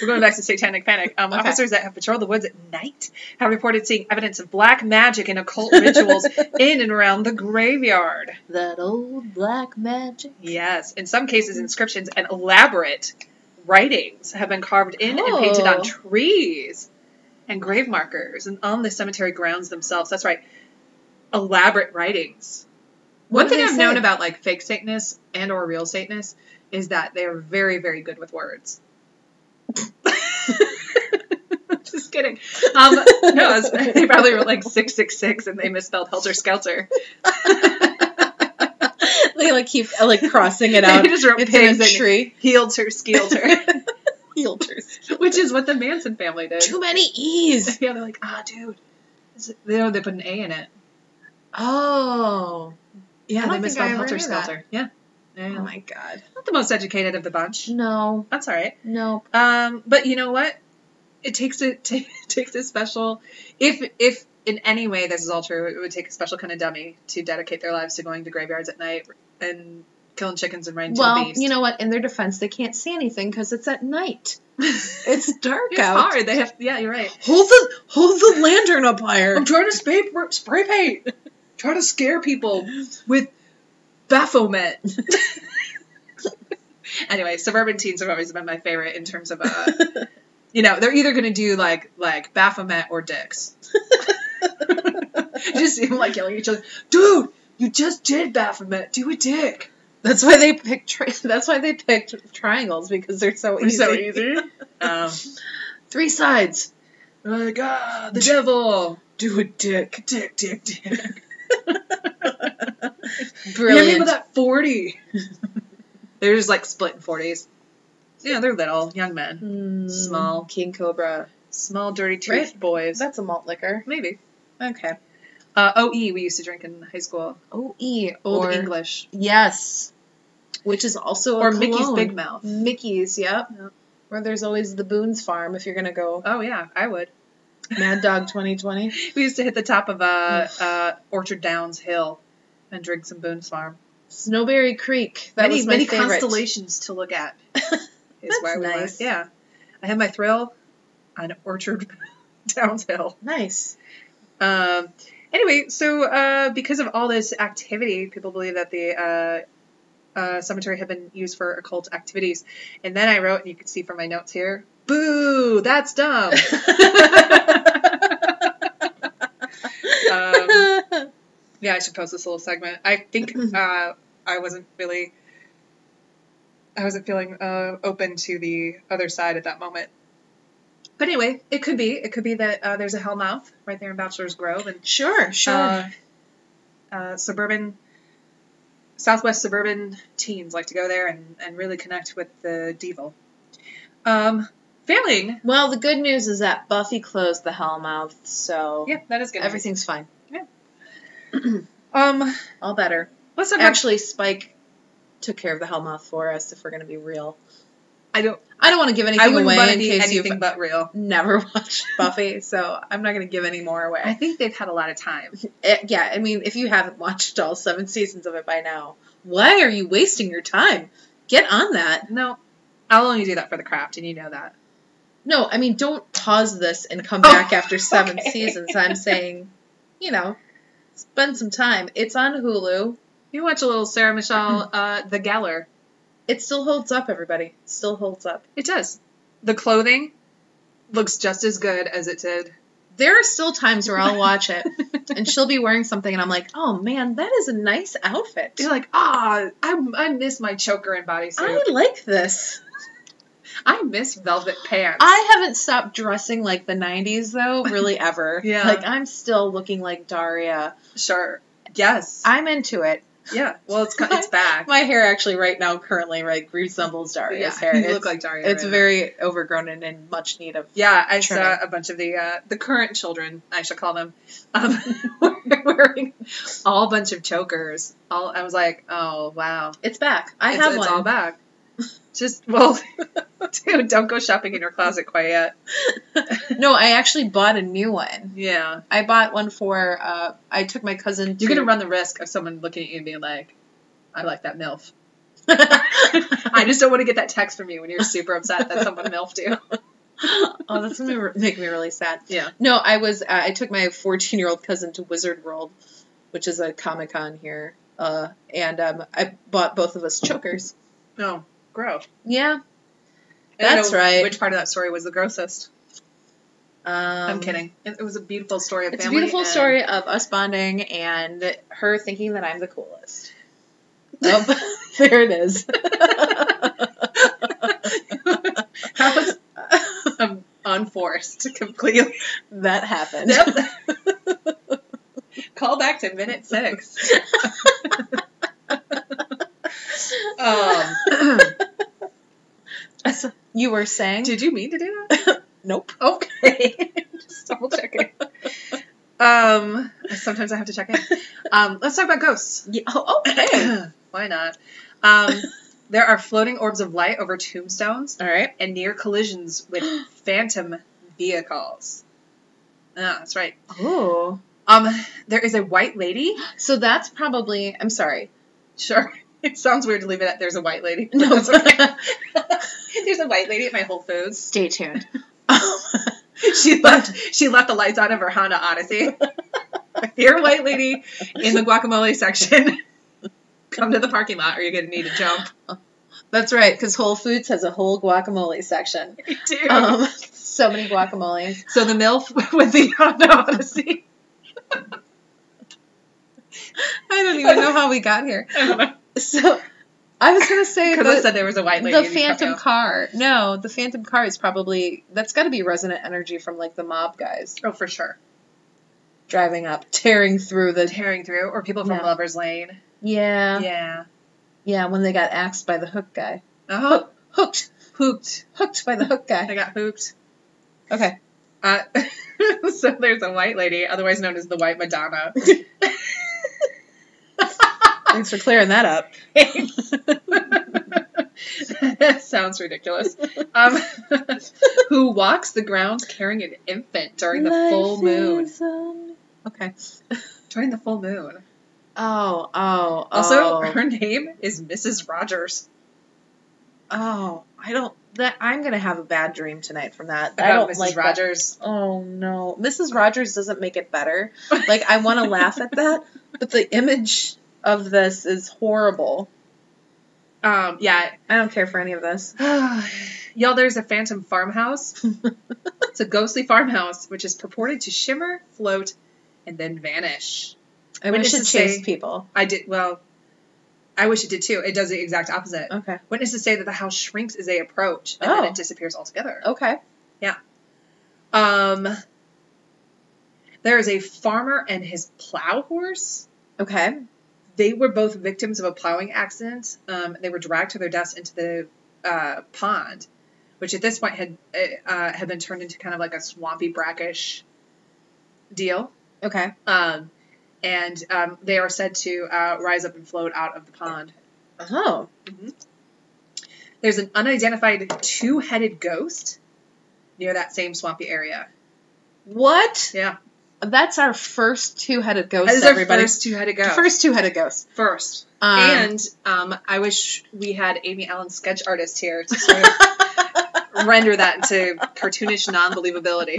[SPEAKER 1] We're going back to satanic panic. Um,
[SPEAKER 2] Okay.
[SPEAKER 1] Officers that have patrolled the woods at night have reported seeing evidence of black magic and occult rituals in and around the graveyard.
[SPEAKER 2] that old black *laughs* magic.
[SPEAKER 1] Yes, in some cases, inscriptions and elaborate writings have been carved in and painted
[SPEAKER 2] Oh.
[SPEAKER 1] on trees and grave markers and on the cemetery grounds themselves. That's right, elaborate writings.
[SPEAKER 2] What
[SPEAKER 1] One
[SPEAKER 2] do
[SPEAKER 1] thing
[SPEAKER 2] they
[SPEAKER 1] I've known
[SPEAKER 2] say?
[SPEAKER 1] about like fake Satanists and or real Satanists is that they are very, very good with words. *laughs* Just kidding. Um, no, it's, *laughs* they probably were like six six six, and they misspelled helter skelter.
[SPEAKER 2] they like keep uh, like crossing it *laughs*
[SPEAKER 1] *laughs*
[SPEAKER 2] out.
[SPEAKER 1] They just wrote
[SPEAKER 2] it's
[SPEAKER 1] pigs
[SPEAKER 2] in a
[SPEAKER 1] and
[SPEAKER 2] tree.
[SPEAKER 1] Heelter
[SPEAKER 2] *laughs*
[SPEAKER 1] skelter, *laughs*
[SPEAKER 2] Realtors.
[SPEAKER 1] which is what the Manson family did.
[SPEAKER 2] Too many
[SPEAKER 1] *laughs*
[SPEAKER 2] E's.
[SPEAKER 1] Yeah, they're like, ah, dude. Is it- They know they put an A in it.
[SPEAKER 2] Oh.
[SPEAKER 1] Yeah,
[SPEAKER 2] don't
[SPEAKER 1] they
[SPEAKER 2] think
[SPEAKER 1] misspelled
[SPEAKER 2] I ever
[SPEAKER 1] helter
[SPEAKER 2] knew that.
[SPEAKER 1] skelter. Yeah. Yeah.
[SPEAKER 2] Oh my Mm. god.
[SPEAKER 1] Not the most educated of the bunch.
[SPEAKER 2] No.
[SPEAKER 1] That's all right.
[SPEAKER 2] No.
[SPEAKER 1] Um, but you know what? It takes a *laughs* t- takes a special. If if in any way this is all true, it would take a special kind of dummy to dedicate their lives to going to graveyards at night and killing chickens and riding to the
[SPEAKER 2] Well,
[SPEAKER 1] beast. *laughs*
[SPEAKER 2] you know what? In their defense, they can't see anything because it's at night. It's
[SPEAKER 1] *laughs*
[SPEAKER 2] dark
[SPEAKER 1] It's
[SPEAKER 2] out.
[SPEAKER 1] hard. They have. Yeah, you're right.
[SPEAKER 2] Hold the hold the lantern up higher.
[SPEAKER 1] *laughs* I'm trying to spray spray paint. *laughs* Try to scare people with Baphomet. *laughs* anyway, suburban teens have always been my favorite in terms of *laughs* uh,
[SPEAKER 2] *laughs*
[SPEAKER 1] you know, they're either gonna do like like Baphomet or *laughs* dicks. you just see them like yelling at each other, dude, you just did Baphomet, do a dick.
[SPEAKER 2] That's why they picked. Tri- that's why they picked triangles because they're so
[SPEAKER 1] It's
[SPEAKER 2] easy.
[SPEAKER 1] so
[SPEAKER 2] *laughs*
[SPEAKER 1] easy. *laughs* um,
[SPEAKER 2] Three sides.
[SPEAKER 1] like ah, the devil,
[SPEAKER 2] Do a dick.
[SPEAKER 1] dick, dick, dick. *laughs* Hit me
[SPEAKER 2] Brilliant.
[SPEAKER 1] with that 40. *laughs* they're just like split in 40s. You know, they're little, young men.
[SPEAKER 2] Mm,
[SPEAKER 1] Small.
[SPEAKER 2] King Cobra.
[SPEAKER 1] Small, dirty toothed
[SPEAKER 2] Right.
[SPEAKER 1] boys.
[SPEAKER 2] That's a malt liquor.
[SPEAKER 1] Maybe.
[SPEAKER 2] Okay.
[SPEAKER 1] Uh, OE we used to drink in high school.
[SPEAKER 2] O E
[SPEAKER 1] Old English.
[SPEAKER 2] Yes. Which is also
[SPEAKER 1] Or
[SPEAKER 2] a
[SPEAKER 1] Mickey's
[SPEAKER 2] cologne.
[SPEAKER 1] Big Mouth.
[SPEAKER 2] Mickey's, yep.
[SPEAKER 1] Yep.
[SPEAKER 2] Where there's always the Boone's Farm if you're gonna go
[SPEAKER 1] Oh, yeah, I would.
[SPEAKER 2] Mad Dog 2020.
[SPEAKER 1] We used to hit the top of uh, uh, Orchard Downs Hill and drink some Boone's Farm.
[SPEAKER 2] Snowberry Creek. That
[SPEAKER 1] many
[SPEAKER 2] was my
[SPEAKER 1] many
[SPEAKER 2] favorite.
[SPEAKER 1] constellations to look at. Is
[SPEAKER 2] That's
[SPEAKER 1] where we were.
[SPEAKER 2] nice.
[SPEAKER 1] Yeah. I had my thrill on Orchard *laughs* Downs Hill.
[SPEAKER 2] *laughs* Nice.
[SPEAKER 1] Um, anyway, so uh, because of all this activity, people believe that the uh, uh, cemetery had been used for occult activities. And then I wrote, and you can see from my notes here, boo, that's dumb. um, yeah, I should post this little segment. I think uh, I wasn't really. I wasn't feeling uh, open to the other side at that moment. But anyway, it could be. It could be that uh, there's a hellmouth right there in Bachelor's Grove, and
[SPEAKER 2] sure, sure.
[SPEAKER 1] uh, uh, suburban, southwest suburban teens like to go there and, and really connect with the devil. Um, failing.
[SPEAKER 2] well, the good news is that Buffy closed the Hellmouth, so
[SPEAKER 1] Yeah, that is good. news.
[SPEAKER 2] everything's fine.
[SPEAKER 1] Um,
[SPEAKER 2] All better.
[SPEAKER 1] let's talk about.
[SPEAKER 2] Actually, Spike took care of the Hellmouth for us. If we're gonna be real,
[SPEAKER 1] I don't.
[SPEAKER 2] I don't want to give anything
[SPEAKER 1] I wouldn't
[SPEAKER 2] away
[SPEAKER 1] want
[SPEAKER 2] in
[SPEAKER 1] to be
[SPEAKER 2] case
[SPEAKER 1] anything
[SPEAKER 2] you've
[SPEAKER 1] but real.
[SPEAKER 2] never *laughs* watched Buffy, so I'm not gonna give any more away.
[SPEAKER 1] I think they've had a lot of time.
[SPEAKER 2] Eh, yeah, I mean, if you haven't watched all seven seasons of it by now, why are you wasting your time? Get on
[SPEAKER 1] *laughs*
[SPEAKER 2] that.
[SPEAKER 1] No, I'll only do that for the craft, and you know that.
[SPEAKER 2] No, I mean, don't pause this and come
[SPEAKER 1] Oh,
[SPEAKER 2] back after seven
[SPEAKER 1] okay. *laughs*
[SPEAKER 2] seasons. I'm saying, you know, spend some time. It's on Hulu.
[SPEAKER 1] You watch a little Sarah Michelle, uh, The Geller.
[SPEAKER 2] It still holds up, everybody. It still holds up.
[SPEAKER 1] It does. The clothing looks just as good as it did. *laughs*
[SPEAKER 2] There are still times where I'll watch it and she'll be wearing something and I'm like, oh man, that is a nice outfit.
[SPEAKER 1] You're like, ah, I, I miss my choker and bodysuit.
[SPEAKER 2] I like this.
[SPEAKER 1] I miss velvet pants.
[SPEAKER 2] I haven't stopped dressing like the 90s
[SPEAKER 1] *laughs*
[SPEAKER 2] though, really ever.
[SPEAKER 1] Yeah.
[SPEAKER 2] Like I'm still looking like Daria.
[SPEAKER 1] sure. Yes.
[SPEAKER 2] I'm into it.
[SPEAKER 1] yeah. Well, it's co- it's back.
[SPEAKER 2] *laughs* My hair actually right now currently like resembles Daria's
[SPEAKER 1] yeah,
[SPEAKER 2] hair.
[SPEAKER 1] you
[SPEAKER 2] it's,
[SPEAKER 1] look like Daria.
[SPEAKER 2] it's
[SPEAKER 1] right now.
[SPEAKER 2] very overgrown and in much need of
[SPEAKER 1] Yeah, I saw
[SPEAKER 2] trimming.
[SPEAKER 1] a bunch of the uh, the current children, I shall call them, um, *laughs* were wearing all bunch of chokers. All I was like, oh wow,
[SPEAKER 2] It's back. I
[SPEAKER 1] it's,
[SPEAKER 2] have
[SPEAKER 1] it's
[SPEAKER 2] one.
[SPEAKER 1] all back. Just well, *laughs* dude, don't go shopping in your closet quite yet.
[SPEAKER 2] *laughs* No, I actually bought a new one.
[SPEAKER 1] Yeah,
[SPEAKER 2] I bought one for uh I took my cousin to
[SPEAKER 1] you're gonna run the risk of someone looking at you and being like, I like that milf. *laughs* I
[SPEAKER 2] *laughs* I
[SPEAKER 1] just don't want to get that text from you when you're super upset that someone milfed you.
[SPEAKER 2] *laughs* oh, that's gonna re- make me really sad.
[SPEAKER 1] Yeah.
[SPEAKER 2] No, I was. Uh, I took my 14 year old cousin to Wizard World, which is a Comic Con here, uh, and um, I bought both of us chokers.
[SPEAKER 1] No, gross.
[SPEAKER 2] Yeah,
[SPEAKER 1] I don't
[SPEAKER 2] That's
[SPEAKER 1] know
[SPEAKER 2] right.
[SPEAKER 1] Which part of that story was the grossest?
[SPEAKER 2] um,
[SPEAKER 1] I'm kidding. It, it was a beautiful story of
[SPEAKER 2] It's a
[SPEAKER 1] family.
[SPEAKER 2] beautiful
[SPEAKER 1] and- *laughs*
[SPEAKER 2] story of us bonding and her thinking that I'm
[SPEAKER 1] *laughs*
[SPEAKER 2] the coolest. Oh, *laughs* there it is.
[SPEAKER 1] That *laughs* was um, unforced completely. *laughs*
[SPEAKER 2] that happened.
[SPEAKER 1] Call back to minute six.
[SPEAKER 2] *coughs*
[SPEAKER 1] um,
[SPEAKER 2] *laughs*
[SPEAKER 1] *laughs*
[SPEAKER 2] You were saying?
[SPEAKER 1] did you mean to do
[SPEAKER 2] *laughs*
[SPEAKER 1] that?
[SPEAKER 2] nope.
[SPEAKER 1] *laughs* Okay. Just double checking. Um, sometimes I have to check in. Um, let's talk about ghosts.
[SPEAKER 2] Yeah, oh, okay.
[SPEAKER 1] *coughs* Why not? Um, there are floating orbs of light over tombstones
[SPEAKER 2] *laughs* All right.
[SPEAKER 1] and near collisions with phantom vehicles. Ah, that's right.
[SPEAKER 2] Ooh.
[SPEAKER 1] Um, there is a white lady.
[SPEAKER 2] So that's probably. I'm sorry.
[SPEAKER 1] Sure. *laughs* It sounds weird to leave it at there's a white lady.
[SPEAKER 2] No.
[SPEAKER 1] That's
[SPEAKER 2] *laughs*
[SPEAKER 1] okay. there's a white lady at my Whole Foods.
[SPEAKER 3] Stay tuned.
[SPEAKER 1] She left she left the lights on of her Honda Odyssey. if you're a white lady in the guacamole section, *laughs* come to the parking lot or you're gonna need a *laughs* jump.
[SPEAKER 2] *laughs* That's right, because Whole Foods has a whole guacamole section.
[SPEAKER 1] You do.
[SPEAKER 2] Um, so many guacamoles.
[SPEAKER 1] so the MILF *laughs* with the Honda *laughs* Odyssey.
[SPEAKER 2] I don't even know how we got here. So I was
[SPEAKER 1] *laughs*
[SPEAKER 2] gonna say
[SPEAKER 1] Because I
[SPEAKER 2] the,
[SPEAKER 1] said there was a white lady.
[SPEAKER 2] the
[SPEAKER 1] in
[SPEAKER 2] phantom
[SPEAKER 1] Tokyo.
[SPEAKER 2] car. No, the phantom car is probably that's got to be resonant energy from like the mob guys
[SPEAKER 1] Oh, for sure.
[SPEAKER 2] driving up, tearing through the.
[SPEAKER 1] Tearing through, or people from
[SPEAKER 2] Yeah.
[SPEAKER 1] Lover's Lane.
[SPEAKER 2] Yeah, yeah,
[SPEAKER 1] Yeah.
[SPEAKER 2] When they got axed by the hook guy,
[SPEAKER 1] Oh,
[SPEAKER 2] hooked,
[SPEAKER 1] hooped.
[SPEAKER 2] hooked by the hook
[SPEAKER 1] I *laughs*
[SPEAKER 2] guy.
[SPEAKER 1] got hooped.
[SPEAKER 2] Okay.
[SPEAKER 1] Uh, *laughs* so there's a white lady, otherwise known as the White Madonna. *laughs*
[SPEAKER 2] Thanks for clearing that up.
[SPEAKER 1] that sounds ridiculous. Um, *laughs* who walks the grounds carrying an infant during the full moon?
[SPEAKER 2] moon. Okay.
[SPEAKER 1] During the full moon.
[SPEAKER 2] Oh, oh,
[SPEAKER 1] Also,
[SPEAKER 2] oh.
[SPEAKER 1] her name is Mrs. Rogers.
[SPEAKER 2] Oh, I don't. That I'm gonna have a bad dream tonight from that. I
[SPEAKER 1] About
[SPEAKER 2] don't
[SPEAKER 1] Mrs.
[SPEAKER 2] like that.
[SPEAKER 1] Rogers.
[SPEAKER 2] Oh no, Mrs. Rogers doesn't make it better. Like I want to laugh at that, but the image of this is horrible.
[SPEAKER 1] Um, yeah. *sighs*
[SPEAKER 2] I don't care for any of this. *laughs*
[SPEAKER 1] Y'all, there's a phantom farmhouse. It's a ghostly farmhouse which is purported to shimmer, float, and then vanish.
[SPEAKER 2] I
[SPEAKER 1] What
[SPEAKER 2] wish
[SPEAKER 1] does
[SPEAKER 2] it
[SPEAKER 1] it
[SPEAKER 2] chased
[SPEAKER 1] say?
[SPEAKER 2] people.
[SPEAKER 1] I did well. I wish it did too. It does the exact opposite.
[SPEAKER 2] Okay.
[SPEAKER 1] Witnesses say that the house shrinks as they approach, and
[SPEAKER 2] Oh.
[SPEAKER 1] then it disappears altogether.
[SPEAKER 2] Okay.
[SPEAKER 1] Um, there is a farmer and his plow horse.
[SPEAKER 2] Okay.
[SPEAKER 1] They were both victims of a plowing accident. Um, they were dragged to their deaths into the uh, pond, which at this point had uh, had been turned into kind of like a swampy, brackish deal.
[SPEAKER 2] Okay.
[SPEAKER 1] Um, and um, they are said to uh, rise up and float out of the pond.
[SPEAKER 2] Oh.
[SPEAKER 1] There's an unidentified two headed ghost near that same swampy area.
[SPEAKER 2] What?
[SPEAKER 1] Yeah.
[SPEAKER 2] That's our first two-headed ghost.
[SPEAKER 1] That is our
[SPEAKER 2] everybody.
[SPEAKER 1] first two headed ghost.
[SPEAKER 2] First two-headed ghost.
[SPEAKER 1] First.
[SPEAKER 2] Um,
[SPEAKER 1] and um, I wish we had Amy Allen's sketch artist here to sort
[SPEAKER 2] *laughs*
[SPEAKER 1] of render that into cartoonish non believability.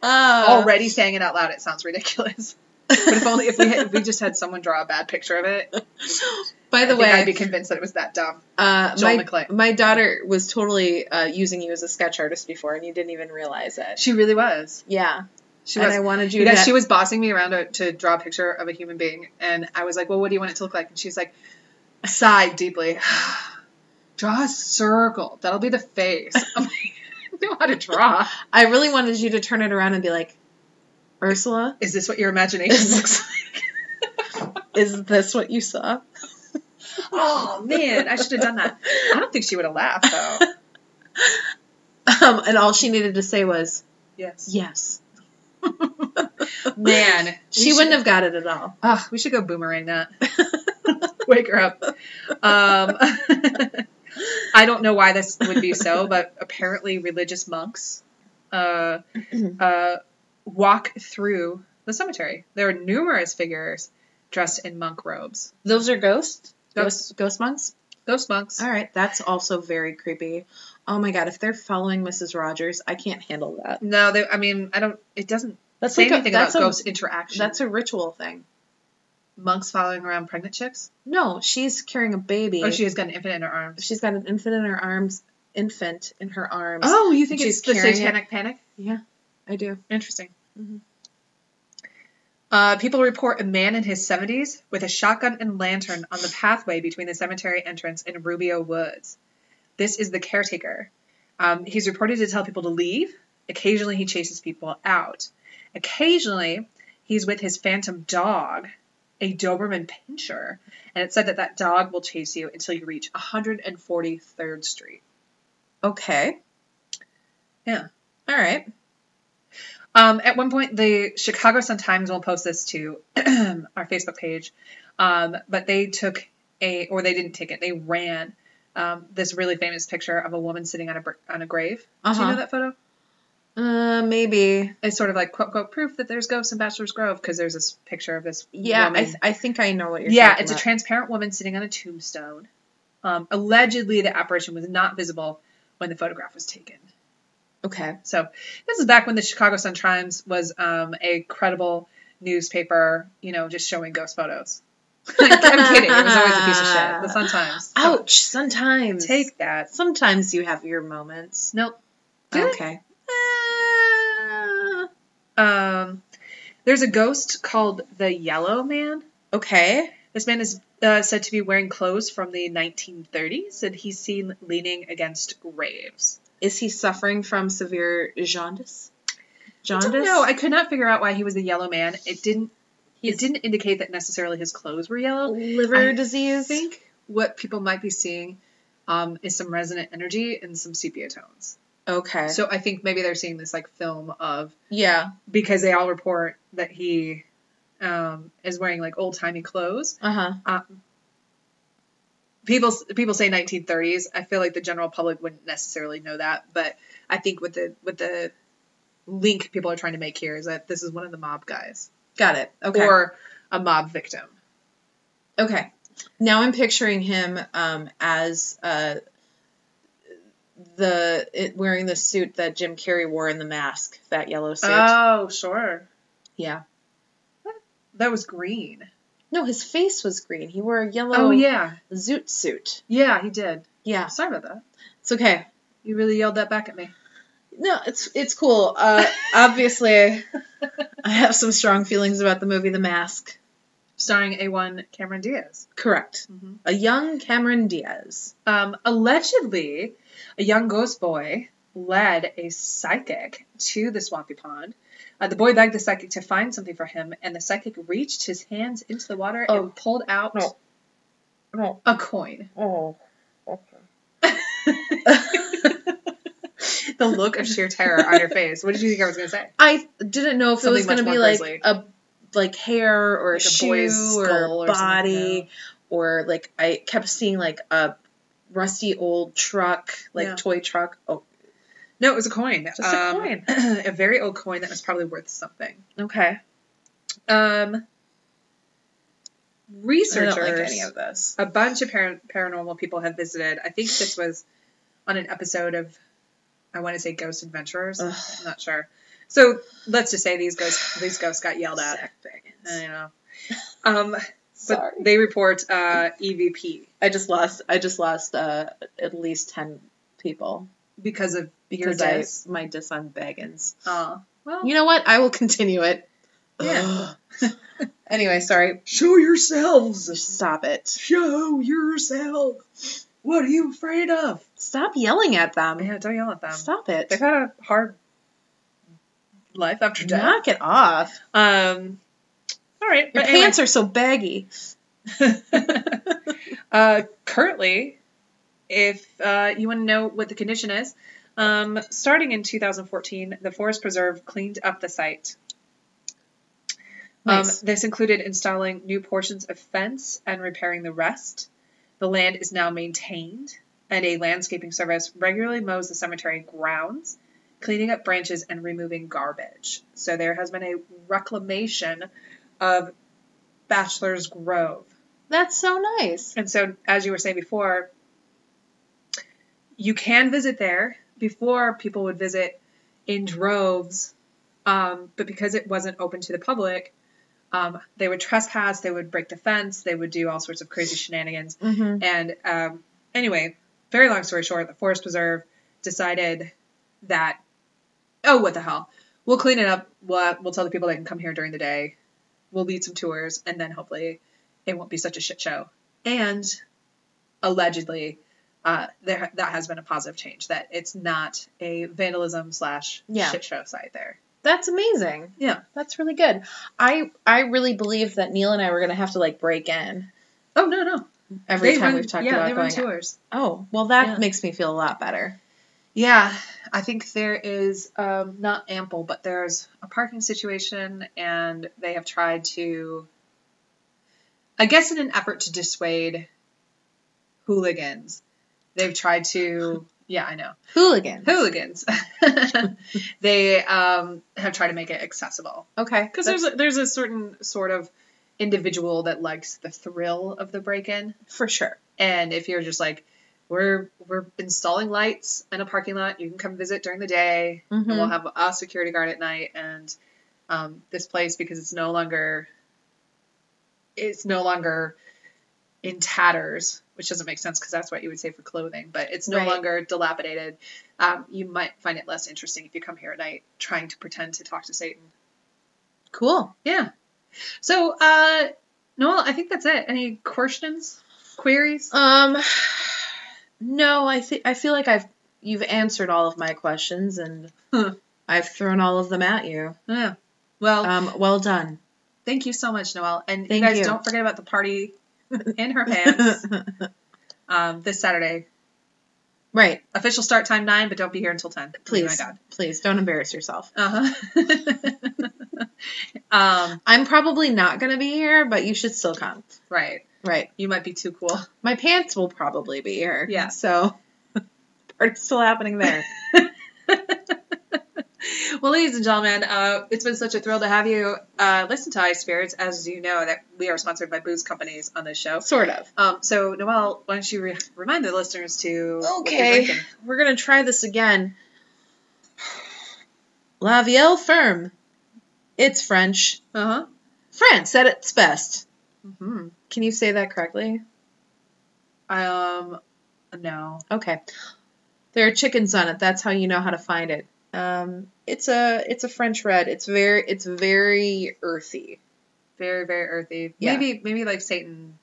[SPEAKER 2] uh,
[SPEAKER 1] Already saying it out loud, it sounds ridiculous. But if only if we, had, if we just had someone draw a bad picture of it,
[SPEAKER 2] *laughs*
[SPEAKER 1] I
[SPEAKER 2] By the
[SPEAKER 1] think
[SPEAKER 2] way,
[SPEAKER 1] I'd be convinced that it was that dumb.
[SPEAKER 2] Uh,
[SPEAKER 1] Joel
[SPEAKER 2] my,
[SPEAKER 1] McClane.
[SPEAKER 2] my daughter was totally uh, using you as a sketch artist before, and you didn't even realize it.
[SPEAKER 1] She really was.
[SPEAKER 2] Yeah,
[SPEAKER 1] She
[SPEAKER 2] and
[SPEAKER 1] was.
[SPEAKER 2] I wanted you
[SPEAKER 1] Because
[SPEAKER 2] to.
[SPEAKER 1] she was bossing me around to, to draw a picture of a human being, and I was like, "Well, what do you want it to look like?" And she was like, sighed deeply, *sighs* "Draw a circle. That'll be the face." I'm like, *laughs* "I know how to draw.
[SPEAKER 2] I really wanted you to turn it around and be like, Ursula,
[SPEAKER 1] Is this what your imagination looks
[SPEAKER 2] is this what
[SPEAKER 1] *laughs*
[SPEAKER 2] you saw?
[SPEAKER 1] like?" *laughs* oh man, I should have done that. I don't think she would have laughed though.
[SPEAKER 2] Um, and all she needed to say was
[SPEAKER 1] Yes, *laughs*
[SPEAKER 2] yes.
[SPEAKER 1] man,
[SPEAKER 2] She wouldn't have got it at
[SPEAKER 1] *laughs*
[SPEAKER 2] all.
[SPEAKER 1] Oh, we should go boomerang that. *laughs* Wake her up. Um, *laughs* I don't know why this would be so, but apparently religious monks
[SPEAKER 2] *clears throat*
[SPEAKER 1] uh, uh, walk through the cemetery. There are numerous figures dressed in monk robes.
[SPEAKER 2] Those are ghosts.
[SPEAKER 1] Ghosts.
[SPEAKER 2] Ghost, ghost monks.
[SPEAKER 1] Ghost monks.
[SPEAKER 2] All right, that's also very creepy. Oh my god, if they're following Mrs. Rogers, I can't handle that.
[SPEAKER 1] No, they, I mean, I don't. It doesn't
[SPEAKER 2] That's
[SPEAKER 1] say
[SPEAKER 2] like a-
[SPEAKER 1] anything
[SPEAKER 2] that's
[SPEAKER 1] about
[SPEAKER 2] a-
[SPEAKER 1] ghost interaction.
[SPEAKER 2] That's a ritual thing.
[SPEAKER 1] monks following around pregnant chicks.
[SPEAKER 2] No, she's carrying a baby.
[SPEAKER 1] Oh, she has got an infant in her arms.
[SPEAKER 2] She's got an infant in her arms. Infant in her arms.
[SPEAKER 1] Oh, you think
[SPEAKER 2] She's
[SPEAKER 1] it's the
[SPEAKER 2] carrying it.
[SPEAKER 1] satanic panic?
[SPEAKER 2] Yeah, I do.
[SPEAKER 1] Interesting.
[SPEAKER 2] Mhm.
[SPEAKER 1] Uh, people report a man in his 70s with a shotgun and lantern on the pathway between the cemetery entrance and Rubio Woods. This is the caretaker. Um, he's reported to tell people to leave. Occasionally, he chases people out. Occasionally, he's with his phantom dog, a Doberman pincher, and it's said that that dog will chase you until you reach 143rd Street.
[SPEAKER 2] Okay.
[SPEAKER 1] Yeah.
[SPEAKER 2] All right.
[SPEAKER 1] Um, at one point, the Chicago Sun Times will post this to *clears throat* our Facebook page, um, but they took a, or they didn't take it, they ran um, this really famous picture of a woman sitting on a br- on a grave. Do you
[SPEAKER 2] Uh-huh.
[SPEAKER 1] know that photo?
[SPEAKER 2] Uh, maybe.
[SPEAKER 1] It's sort of like quote quote proof that there's ghosts in Bachelor's Grove because there's this picture of this
[SPEAKER 2] Yeah,
[SPEAKER 1] woman.
[SPEAKER 2] I, th- I think I know what you're.
[SPEAKER 1] yeah,
[SPEAKER 2] talking
[SPEAKER 1] it's a
[SPEAKER 2] about.
[SPEAKER 1] transparent woman sitting on a tombstone. Um, allegedly, the apparition was not visible when the photograph was taken.
[SPEAKER 2] okay.
[SPEAKER 1] So this is back when the Chicago Sun Times was um, a credible newspaper, you know, just showing ghost photos. *laughs* I'm kidding. It was always a piece of shit. The Sun Times. Come on,
[SPEAKER 2] Ouch! Sometimes
[SPEAKER 1] Take that.
[SPEAKER 2] Sometimes you have your moments.
[SPEAKER 1] Nope.
[SPEAKER 2] Okay. Uh,
[SPEAKER 1] Ah. Um, there's a ghost called the Yellow Man.
[SPEAKER 2] okay.
[SPEAKER 1] This man is uh, said to be wearing clothes from the 1930s, and he's seen leaning against graves.
[SPEAKER 2] Is he suffering from severe jaundice?
[SPEAKER 1] I
[SPEAKER 2] Jaundice?
[SPEAKER 1] don't know. I could not figure out why he was the Yellow Man. It didn't.
[SPEAKER 2] He's-
[SPEAKER 1] It didn't indicate that necessarily his clothes were yellow.
[SPEAKER 2] liver
[SPEAKER 1] I
[SPEAKER 2] disease.
[SPEAKER 1] think what people might be seeing um, is some resonant energy and some sepia tones.
[SPEAKER 2] Okay.
[SPEAKER 1] So I think maybe they're seeing this like film of
[SPEAKER 2] yeah.
[SPEAKER 1] because they all report that he um, is wearing like old timey clothes.
[SPEAKER 2] Uh huh.
[SPEAKER 1] People people say 1930s. I feel like the general public wouldn't necessarily know that, but I think with the with the link people are trying to make here is that this is one of the mob guys
[SPEAKER 2] Got it. Okay.
[SPEAKER 1] or a mob victim.
[SPEAKER 2] okay. Now I'm picturing him um, as uh, the it, wearing the suit that Jim Carrey wore in the mask, that yellow suit.
[SPEAKER 1] Oh, sure.
[SPEAKER 2] yeah.
[SPEAKER 1] That was green.
[SPEAKER 2] No, his face was green. He wore a yellow
[SPEAKER 1] Oh yeah,
[SPEAKER 2] zoot suit.
[SPEAKER 1] yeah, he did.
[SPEAKER 2] Yeah.
[SPEAKER 1] I'm sorry about that.
[SPEAKER 2] It's okay.
[SPEAKER 1] You really yelled that back at me.
[SPEAKER 2] No, it's it's cool.
[SPEAKER 1] *laughs*
[SPEAKER 2] Uh, obviously, I have some strong feelings about the movie The Mask.
[SPEAKER 1] Starring A1 Cameron Diaz.
[SPEAKER 2] Correct. A young Cameron Diaz.
[SPEAKER 1] Um, allegedly, a young ghost boy led a psychic to the swampy pond. Uh, the boy begged the psychic to find something for him, and the psychic reached his hands into the water
[SPEAKER 2] Oh.
[SPEAKER 1] and pulled out
[SPEAKER 2] No. No.
[SPEAKER 1] a coin. *laughs*
[SPEAKER 2] Oh.
[SPEAKER 1] The look of sheer terror on your face. What did you think I was going to say?
[SPEAKER 2] *laughs* I didn't know if it was
[SPEAKER 1] Something much
[SPEAKER 2] going to be
[SPEAKER 1] more
[SPEAKER 2] like
[SPEAKER 1] grisly.
[SPEAKER 2] a like hair or
[SPEAKER 1] Like
[SPEAKER 2] a
[SPEAKER 1] a
[SPEAKER 2] shoe
[SPEAKER 1] boy's skull
[SPEAKER 2] or
[SPEAKER 1] or
[SPEAKER 2] a
[SPEAKER 1] something,
[SPEAKER 2] body or like I kept seeing like a rusty old truck, like
[SPEAKER 1] Yeah.
[SPEAKER 2] toy truck. Oh,
[SPEAKER 1] No, it was a coin. Um,
[SPEAKER 2] Just a coin.
[SPEAKER 1] *clears throat* a very old coin that was probably worth something.
[SPEAKER 2] okay.
[SPEAKER 1] Um, researchers.
[SPEAKER 2] I don't like any of this.
[SPEAKER 1] a bunch of par- paranormal people have visited. I think this was on an episode of, I want to say Ghost Adventurers.
[SPEAKER 2] Ugh.
[SPEAKER 1] I'm not sure. So let's just say these ghosts, these ghosts got yelled at.
[SPEAKER 2] Zach Bagans.
[SPEAKER 1] I know. Um, but
[SPEAKER 2] *laughs* Sorry.
[SPEAKER 1] they report uh, EVP
[SPEAKER 2] I just lost. I just lost uh, at least ten people
[SPEAKER 1] because of
[SPEAKER 2] because
[SPEAKER 1] your
[SPEAKER 2] I
[SPEAKER 1] diss.
[SPEAKER 2] my diss on Baggins.
[SPEAKER 1] Uh, well,
[SPEAKER 2] You know what? I will continue it.
[SPEAKER 1] *laughs* Yeah.
[SPEAKER 2] Ugh. anyway, sorry.
[SPEAKER 1] show yourselves.
[SPEAKER 2] Stop it.
[SPEAKER 1] Show yourself. What are you afraid of?
[SPEAKER 2] Stop yelling at them.
[SPEAKER 1] Yeah, don't yell at them.
[SPEAKER 2] Stop it.
[SPEAKER 1] They've had a hard life after death.
[SPEAKER 2] Knock it off.
[SPEAKER 1] Um, all right.
[SPEAKER 2] Your
[SPEAKER 1] but anyway.
[SPEAKER 2] pants are so baggy.
[SPEAKER 1] *laughs* uh, currently, if uh, you want to know what the condition is, um, starting in 2014, the Forest Preserve cleaned up the site.
[SPEAKER 2] Nice.
[SPEAKER 1] Um, this included installing new portions of fence and repairing the rest. The land is now maintained, and a landscaping service regularly mows the cemetery grounds, cleaning up branches and removing garbage. So there has been a reclamation of Bachelor's Grove.
[SPEAKER 2] That's so nice.
[SPEAKER 1] And so, as you were saying before, you can visit there. Before, people would visit in droves, um, but because it wasn't open to the public, um, they would trespass, they would break the fence, they would do all sorts of crazy shenanigans.
[SPEAKER 2] Mm-hmm.
[SPEAKER 1] And um, anyway, very long story short, the Forest Preserve decided that, oh, what the hell? We'll clean it up. We'll, we'll tell the people they can come here during the day. We'll lead some tours, and then hopefully it won't be such a shit show. And allegedly, uh, there that has been a positive change that it's not a vandalism slash
[SPEAKER 2] Yeah.
[SPEAKER 1] shit show site there.
[SPEAKER 2] That's amazing.
[SPEAKER 1] Yeah.
[SPEAKER 2] That's really good. I I really believe that Neil and I were gonna have to like break in
[SPEAKER 1] Oh no no!
[SPEAKER 2] every
[SPEAKER 1] They
[SPEAKER 2] time
[SPEAKER 1] run-
[SPEAKER 2] we've talked
[SPEAKER 1] yeah,
[SPEAKER 2] about
[SPEAKER 1] they run
[SPEAKER 2] going.
[SPEAKER 1] tours.
[SPEAKER 2] Oh, well that
[SPEAKER 1] Yeah.
[SPEAKER 2] makes me feel a lot better.
[SPEAKER 1] Yeah, I think there is um, not ample, but there's a parking situation, and they have tried to, I guess, in an effort to dissuade hooligans, they've tried to Yeah, I know.
[SPEAKER 2] Hooligan.
[SPEAKER 1] Hooligans. *laughs* they um, have tried to make it accessible
[SPEAKER 2] Okay.
[SPEAKER 1] because there's a, there's a certain sort of individual that likes the thrill of the break-in,
[SPEAKER 2] for sure.
[SPEAKER 1] and if you're just like we're we're installing lights in a parking lot, you can come visit during the day, and
[SPEAKER 2] Mm-hmm.
[SPEAKER 1] we'll have a security guard at night, and um, this place because it's no longer it's no longer in tatters, which doesn't make sense because that's what you would say for clothing, but it's no
[SPEAKER 2] Right.
[SPEAKER 1] longer dilapidated. Um, you might find it less interesting if you come here at night trying to pretend to talk to Satan.
[SPEAKER 2] Cool.
[SPEAKER 1] Yeah. So, uh, Noel, I think that's it. Any questions, queries?
[SPEAKER 2] Um, no, I think I feel like I've you've answered all of my questions and
[SPEAKER 1] Huh.
[SPEAKER 2] I've thrown all of them at you.
[SPEAKER 1] Yeah. Well,
[SPEAKER 2] Um, well done.
[SPEAKER 1] thank you so much, Noel. And you
[SPEAKER 2] Thank
[SPEAKER 1] guys
[SPEAKER 2] you.
[SPEAKER 1] don't forget about the party *laughs* in her pants um, this Saturday.
[SPEAKER 2] *laughs* right.
[SPEAKER 1] Official start time nine, but don't be here until ten.
[SPEAKER 2] Please,
[SPEAKER 1] Oh my God.
[SPEAKER 2] please don't embarrass yourself.
[SPEAKER 1] Uh-huh. *laughs* um,
[SPEAKER 2] I'm probably not gonna be here, but you should still come.
[SPEAKER 1] right.
[SPEAKER 2] Right.
[SPEAKER 1] You might be too cool.
[SPEAKER 2] My pants will probably be here.
[SPEAKER 1] Yeah.
[SPEAKER 2] So *laughs* party's still happening there.
[SPEAKER 1] Well, ladies and gentlemen, uh, it's been such a thrill to have you uh, listen to High Spirits. As you know, that we are sponsored by booze companies on this show.
[SPEAKER 2] *laughs* sort of.
[SPEAKER 1] Um, so, Noelle, why don't you re- remind the listeners to what you're
[SPEAKER 2] Okay.
[SPEAKER 1] drinking?
[SPEAKER 2] We're gonna try this again. La Vielle Firme. It's French.
[SPEAKER 1] Uh-huh.
[SPEAKER 2] France at its best.
[SPEAKER 1] hmm
[SPEAKER 2] Can you say that correctly?
[SPEAKER 1] Um, no.
[SPEAKER 2] Okay. There are chickens on it. That's how you know how to find it. Um, it's a it's a French red. It's very it's very earthy.
[SPEAKER 1] Very, very earthy.
[SPEAKER 2] Yeah.
[SPEAKER 1] Maybe, maybe like Satan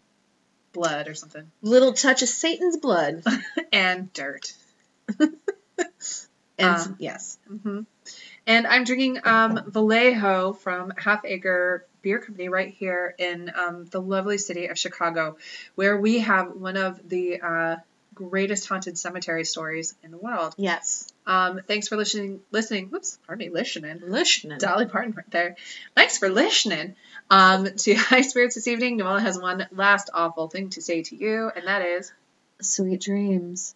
[SPEAKER 1] blood or something. *laughs*
[SPEAKER 2] Little touch of Satan's blood.
[SPEAKER 1] and dirt.
[SPEAKER 2] And
[SPEAKER 1] Uh.
[SPEAKER 2] yes,
[SPEAKER 1] hmm And I'm drinking um, Vallejo from Half Acre Beer Company right here in um, the lovely city of Chicago, where we have one of the uh, greatest haunted cemetery stories in the world.
[SPEAKER 2] yes.
[SPEAKER 1] Um, thanks for listening. Listening. Whoops. Pardon me. Listening.
[SPEAKER 2] Listening.
[SPEAKER 1] Dolly Parton right there. Thanks for listening um, to *laughs* High Spirits this evening. Noella has one last awful thing to say to you, and that is.
[SPEAKER 2] Sweet dreams.